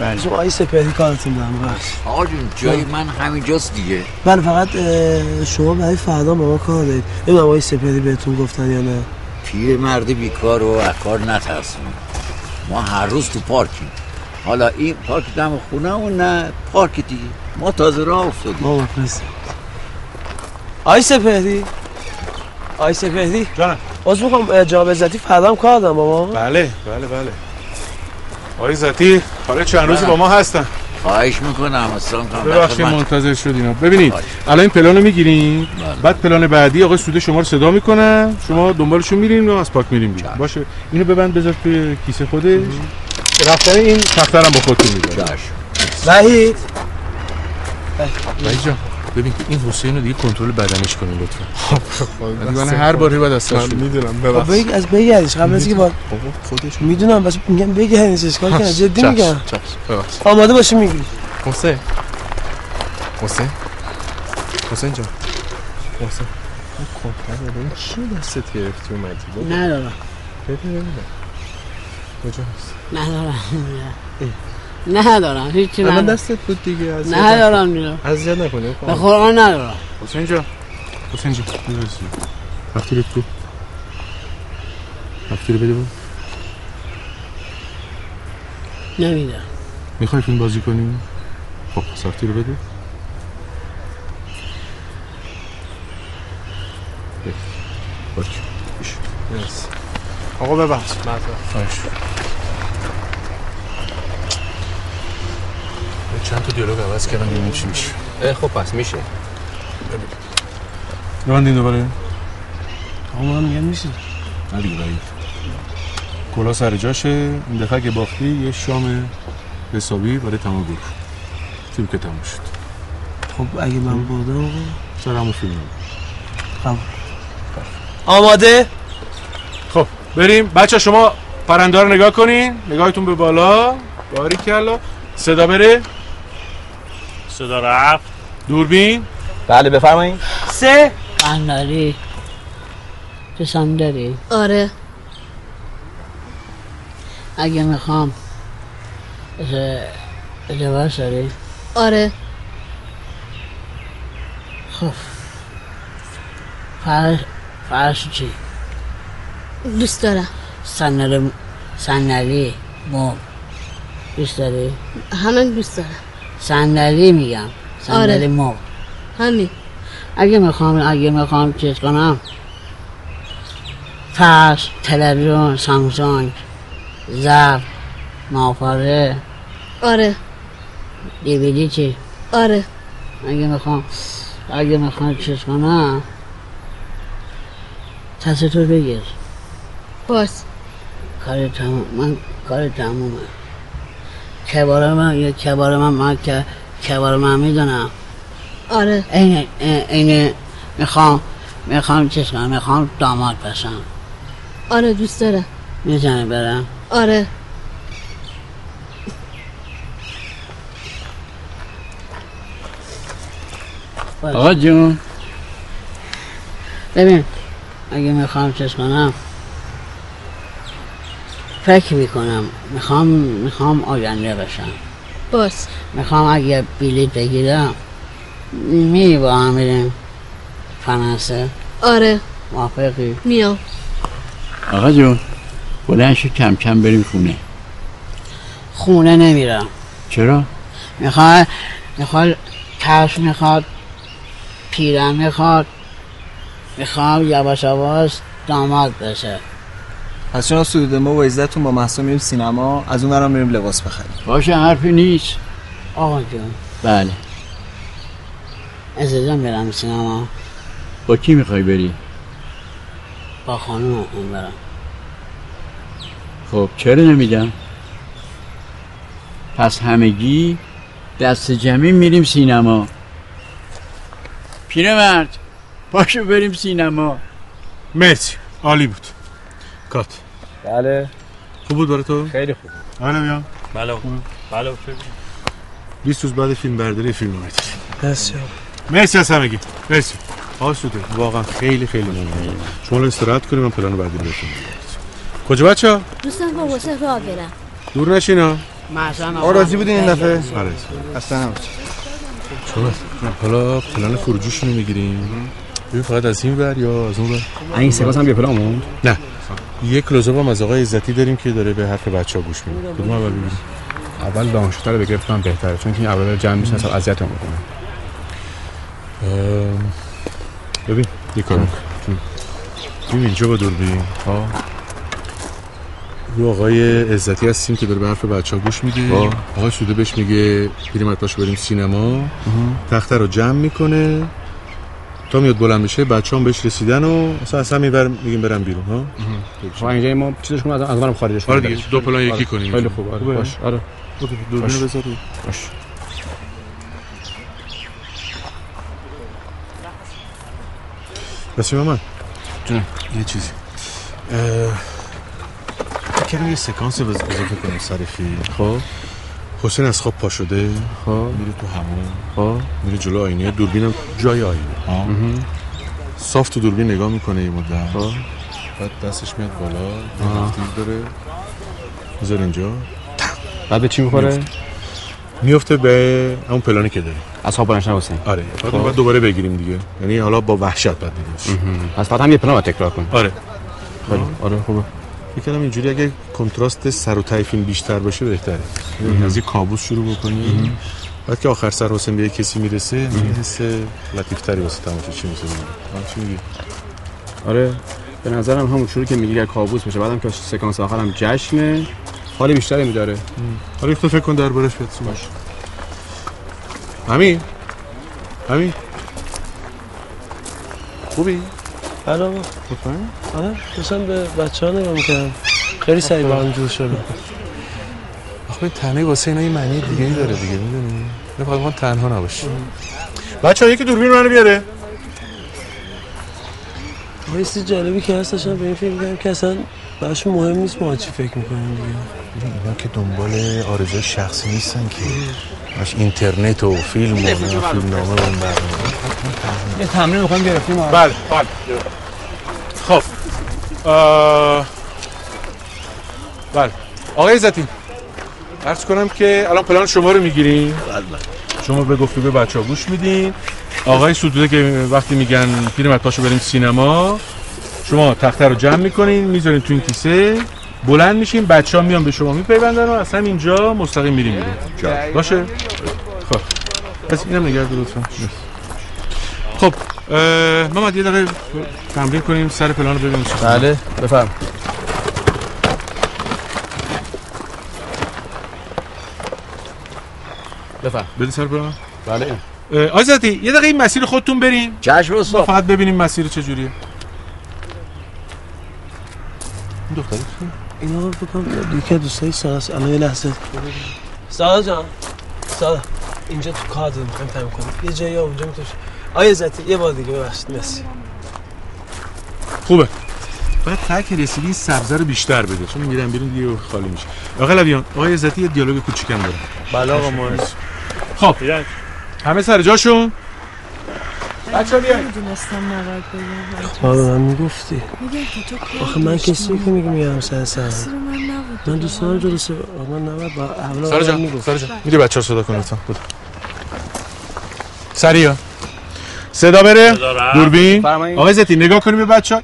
بله شما آقای سپهری کارتون دارم ببخشید آقا جون جای من همینجاست دیگه من فقط اه، شما برای فردا به ما کار دارید نمیدونم آقای سپهری بهتون گفتن یا نه پیر مرد بیکار و اکار نترسون ما هر روز تو پارکیم حالا این پارک دم خونه و نه پارک دیگه ما تازه راه افتادیم بابا پس آی سپهری آی سپهری جانم باز e, میخوام جناب عزتی فردا هم کار دارم بابا بله بله بله آقای زتی حالا چند روزی با ما هستن خواهش میکنم اصلا کنم ببخشید منتظر شد اینا ببینید الان این پلان رو میگیریم بعد پلان بعدی آقای سوده شما رو صدا میکنن شما دنبالشون میرین ما از پاک میریم بیرون باشه اینو ببند بذار توی کیسه خودش رفتن این تخترم با خودتون میدونم وحید بله. وحید جان ببین این حسین رو دیگه کنترل بدنش کنیم خب، لطفا خب. من هر باری باید از سرش میدونم خب بگ- از بگردش قبل از اینکه با خودش میدونم بس میگم بگردش اشکال کنه جدی میگم ببخشید آماده باشی میگیری خب، حسین حسین حسین جان حسین این کنتر رو این خب. چی دستت گرفتی اومدی بابا؟ ندارم ببین بله. ببینم کجاست ندارم ندارم هیچی اما ندارم دستت بود دیگه اذیت نکن. ندارم دیگه اذیت نکنی به قرآن ندارم حسین جان حسین جان می‌رسی. هفتی بده تو هفتی رو بده بود نمیدونم میخوای فیلم بازی کنی؟ خب پس هفتی رو بده بده. باش. باش. آقا ببخشید خواهش چند تا دیالوگ عوض کردم ببینیم چی میشه خب پس میشه ببندین دوباره آقا من میگم میشه نه دیگه بعید. کلا سر جاشه این دفعه که باختی یه شام حسابی برای تمام گروه فیلم که تموم شد خب اگه من بردم آقا سر بله. همون فیلم قبول. آماده خب بریم بچه شما پرنده رو نگاه کنین نگاهتون به بالا باری کلا صدا بره صدا رفت دوربین بله بفرمایید سه بنداری جسم داری آره اگه میخوام لباس داری آره خب فرش فرش چی دوست دارم صندلی صندلی مو دوست داری همه دوست دارم صندلی میگم آره. صندلی مو همین اگه میخوام اگه میخوام چیز کنم فرش تلویزیون سامسونگ زرف ماپاره آره دیویدی چی آره اگه میخوام اگه میخوام چیز کنم تصدیتو بگیر باز کار تموم من کار تمومه کبار من یا کبار من من که کبار من میدونم آره این این میخوام میخوام چیز کنم میخوام داماد بشم آره دوست دارم میزنه برم آره باش. آقا جون ببین اگه میخوام چیز کنم فکر میکنم میخوام میخوام آینده بشم باز میخوام اگه بلیت بگیرم می با هم بریم فرانسه آره موافقی میام آقا جون بلند شو کم کم بریم خونه خونه نمیرم چرا؟ میخواد میخواد کفش میخواد پیرن میخواد میخوام یواش یواش داماد بشه پس جناب سودوده ما با عزتون با محسا میریم سینما از اون ورم میریم لباس بخریم باشه حرفی نیست آقا جون بله عزیزم برم سینما با کی میخوای بری؟ با خانم اون برم خب چرا نمیدم؟ پس همگی دست جمعی میریم سینما پیرمرد پاشو بریم سینما مرسی عالی بود کات بله خوب بود برای تو؟ خیلی خوب آره بیام بله بله 20 روز بعد فیلم برداری فیلم اومد بس مرسی از همگی مرسی آقا سوده واقعا خیلی خیلی ممنون شما الان استراحت کنیم من پلان بعدی رو بهتون میگم. کجا بچه دوستم با حسین راه برم دور نشین ها آقا راضی بودین این دفعه آره اصلا نبود شما حالا پلان خروجیشون رو میگیریم ببین فقط از این ور یا از اون ور این سپاس هم بیا پلامون نه یه کلوزآپ هم از آقای عزتی داریم که داره به حرف بچه ها گوش میده کدوم اول بگیریم اول دانشجوتر رو بگرفتم بهتره چون که این اول جمع میشن سال اذیت هم میکنه ببین یه کار می‌کنم. ببین اینجا با دوربین ها رو آقای عزتی هستیم که داره به حرف بچه ها گوش میده آه. آقای سوده بهش میگه بریم عطاش بریم سینما تخته رو جمع میکنه تا میاد بلند میشه بچه هم بهش رسیدن و اصلا اصلا میبر میگیم برم بیرون ها خب اینجا ما چیزش کنم از از منم خارجش کنم آره دیگه، دو پلان یکی کنیم. خیلی خوب آره خوبه؟ باش آره برو تو دوربین باش. رو بذار رو. باش نسیم من یه چیزی اه، کمی یه سکانس رو اضافه کنیم سر فیلم خب حسین از خواب پا شده خب میره تو همون خب میره جلو آینه دوربینم جای آینه ها صاف تو دوربین نگاه میکنه یه مدت خب بعد دستش میاد بالا آه. یه تیر داره بذار اینجا بعد به چی می‌خوره؟ میفته به همون پلانی که داریم از خواب برنشن حسین خب. آره بعد بعد دوباره بگیریم دیگه یعنی حالا با وحشت بعد بگیریم پس فقط هم یه پلان باید تکرار کن آره خیلی خوب. آره خوبه فکر کنم اینجوری اگه کنتراست سر و ته فیلم بیشتر باشه بهتره یعنی مهم. از یه کابوس شروع بکنی بعد که آخر سر حسین به یه کسی میرسه یه مهم. حس لطیفتری واسه تماشا چی میشه چی میگی آره به نظرم همون شروع که میگی کابوس بشه بعدم که سکانس آخرم جشنه حال بیشتری میداره حالا یک تو آره، فکر کن دربارش بهت باش همین همین خوبی بله آقا آره دوستان به بچه ها نگاه میکنم خیلی سریع با هم جور شده آخه تنهایی واسه اینا یه معنی دیگه ای داره دیگه میدونی نه فقط ما تنها نباشی بچه یکی دوربین منو بیاره آقا، یه چیز جالبی که هست داشتم به این فکر میکنم که اصلا براشون مهم نیست ما چی فکر میکنیم دیگه اینا که دنبال آرزوی شخصی نیستن که باش اینترنت و فیلم و نه فیلم نامه و اون برنامه یه تمرین می‌خوایم گرفتیم بله، بله خب آه، بله آقای عزتی عرض کنم که الان پلان شما رو میگیریم شما به گفتگوی بچه ها گوش میدین آقای ستوده که وقتی میگن پیر متاشو بریم سینما شما تخته رو جمع میکنین میذارین تو این کیسه بلند میشین بچه ها میان به شما میپیوندن و اصلا اینجا مستقیم میریم بیرون باشه خب پس اینم نگه دار لطفا خب اه، محمد یه دقیقه تمرین کنیم سر پلان رو ببینیم بله بفرم بفرم بده سر پلان بله اه، آزادی یه دقیقه این مسیر خودتون برین چشم استاد فقط ببینیم مسیر چجوریه این دختره چیه؟ این آقا بکنم یکی از دوستایی سارا هست. الان یه لحظه سارا جان سارا اینجا تو کادر میخوایم تمیم کنیم یه جایی اونجا میتونش آیا زتی یه بار دیگه ببخشید مرسی خوبه باید تک رسیدی این سبزه رو بیشتر بده چون میرم بیرون دیگه خالی میشه آقا لبیان آقای عزتی یه دیالوگ کوچیکم داره بله آقا، مهم. خب همه سر جاشون بچه بیاین نمیدونستم نباید بگم آره من میگفتی میگم که تو کار آخه من داشتی. کسی که میگم میگم سر سر مسیر من نبود من دوستان رو جلسه آقا من نباید با اولا سارا جان سارا جان میری بچه رو صدا کن لطفا بودو. سریع صدا بره صدا رفت. دوربین فرمایید. آقای زتی نگاه کنیم به بچه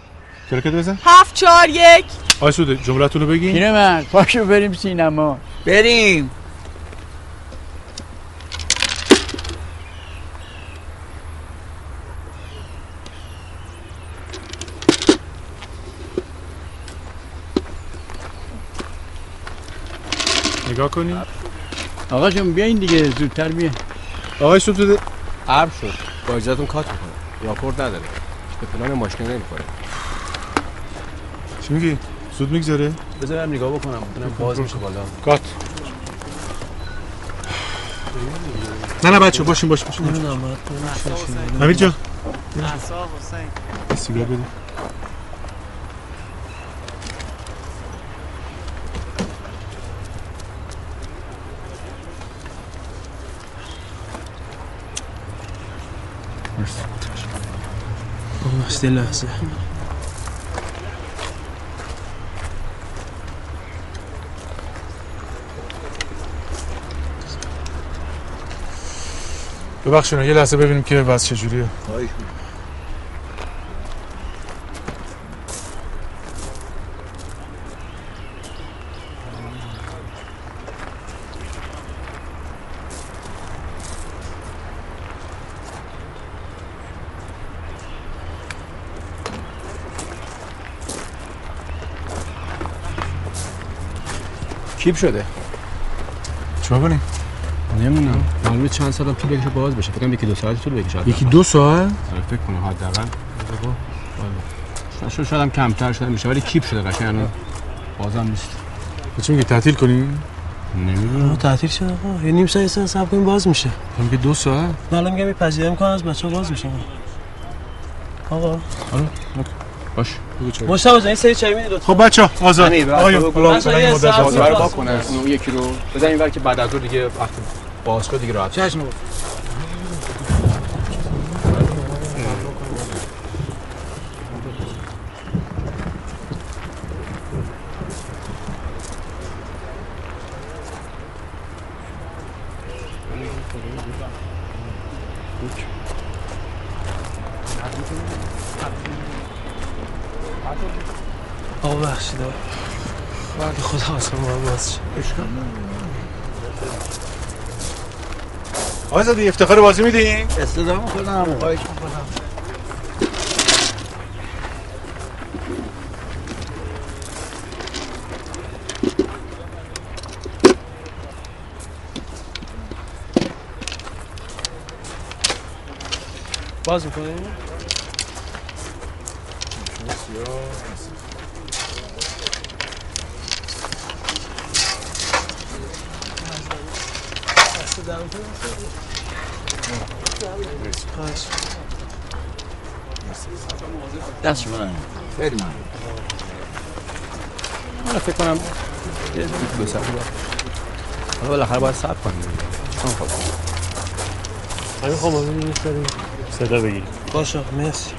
کلکت بزن هفت چهار یک آقای سوده جملتون رو بگین اینه من پاشو بریم سینما بریم نگاه کنیم آقا جون بیاین دیگه زودتر بیاین آقای سوده عرب شد با اجازهتون کات میکنه راپورت نداره به پلان ماشین نمیخوره چی میگی؟ سود میگذاره؟ بذارم نگاه بکنم ببینم باز میشه بالا کات نه نه بچه باشین باشین باشین بله. امیر جان احسا حسین یه سیگار بده آقا بخشید یه لحظه ببخشید یه لحظه ببینیم که وضع چجوریه خواهش کیپ شده چیکار کنیم نمیدونم معلومه چند سالم طول بکشه باز بشه فکر کنم یکی دو ساعت طول بکشه یکی دو ساعت آره، فکر کنم حداقل بله. شاید شاید هم کمتر شده میشه ولی کیپ شده قشنگ الان بازم نیست چی میگه تعطیل کنیم نمیدونم تعطیل شد آقا یه نیم ساعت یه ساعت صبر کنیم باز میشه هم که دو ساعت نه الان میگم یه پذیرایی میکنم از بچه‌ها باز میشه آقا آره باش بگو چه مشتاق جان این سری چای میدی لطفا خب بچه آزاد امیر، بس، آقایون، بگو. خدا من تا کنه، یه این مدت ساعت آزاد. دیگه باز کنه، اون یکی رو بزن اینور که بعد از اون دیگه وقتی باز کنه دیگه راحت آره، چشم آقا بخشید آقا بعد خدا آسمان ما باز شد آزادی افتخار بازی میدین استدام خودم خواهش میکنم باز میکنیم دست من خیلی من من فکر کنم یه دو ساعت حالا بالاخره باید صبر کنیم دیگه. چون خب همین خب ما میدونیم سری صدا بگیر باشه آقا، مرسی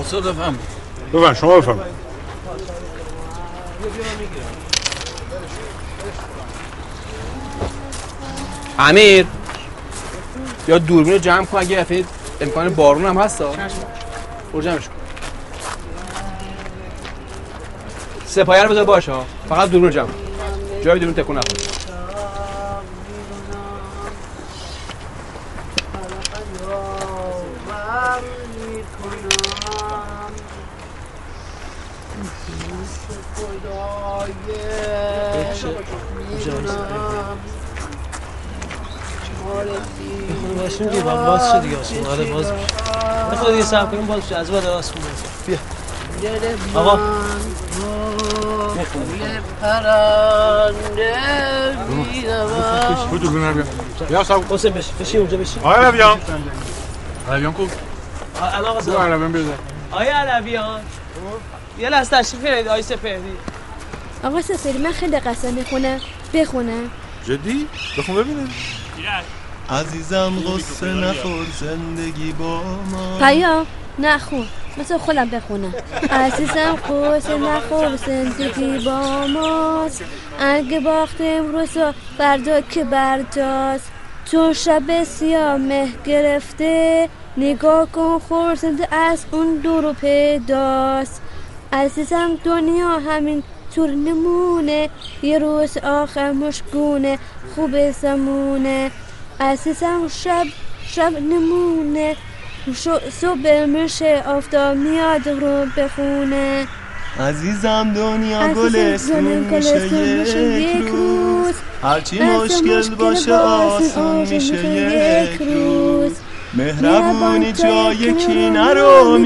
استاد بفهم ببن شما بفهم امیر یا دوربین رو جمع کن اگه دفعه امکان بارون هم هست برو جمعش کن سپایه رو بذار باشه ها. فقط دوربین رو جمع کن. جای دوربین تکون نخور باشیم که خب، باز شد دیگه آسمان آره باز میشه نه خود دیگه صبر کنیم باز شد از بعد آسمان باز بیا آقا پرنده تو دوربین رو بیا. بیا آره، صاحب حسین بشین بشین اونجا بشین آقای ربیان ربیان کو آ- الان آقا بگو سلام. ربیان بزن آیا علویان یه لحظه تشریف بیارید آی سپهری آقا سفری من خیلی قصه میخونم بخونم جدی بخون ببینم عزیزم قصه نخور زندگی با ما پیام نخون مثل خودم بخونم عزیزم قوس نخور زندگی با ماست اگه باخت امروز و فردا که برجاست چون شب سیاه مه گرفته نگاه کن خورسند از اون دور و پیداست عزیزم دنیا همین طور نمونه یه روز آخر مشگونه خوب زمونه عزیزم شب شب نمونه شو- صبح میشه آفتاب میاد رو بخونه عزیزم دنیا عزیزم گلستون زنم گلستون میشه یک روز هرچی مشکل باشه آسون میشه یک روز مهربونی جای کینه رو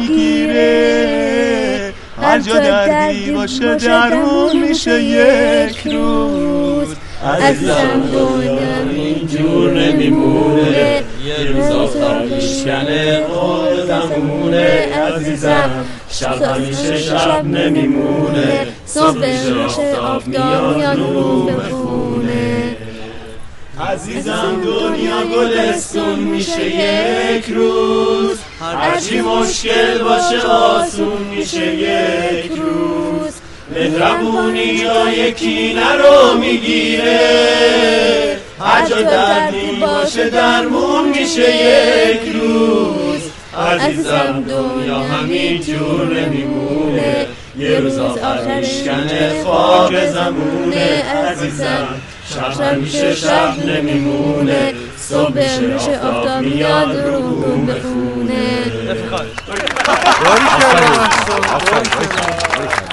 میگیره هر جا دردی باشه درمون میشه یک روز عزیزم دنیا اینجور نمیمونه یه روز آفتاب میشکنه خودمونه عزیزم شب همیشه شب نمیمونه صبح میشه آفتاب میاد رو بخونه عزیزم دنیا گلستون میشه یک روز هرچی مشکل باشه آسون میشه یک روز مهربونی جای کینه رو میگیره هر جا دردی باشه درمون میشه یک روز عزیزم دنیا همینجور نمیمونه یه روز آخر میشکنه خاک زمونه عزیزم شب همیشه شب نمیمونه صبح میشه آفتاب میاد رو بوم خونه آفرین. آفرین. آفرین.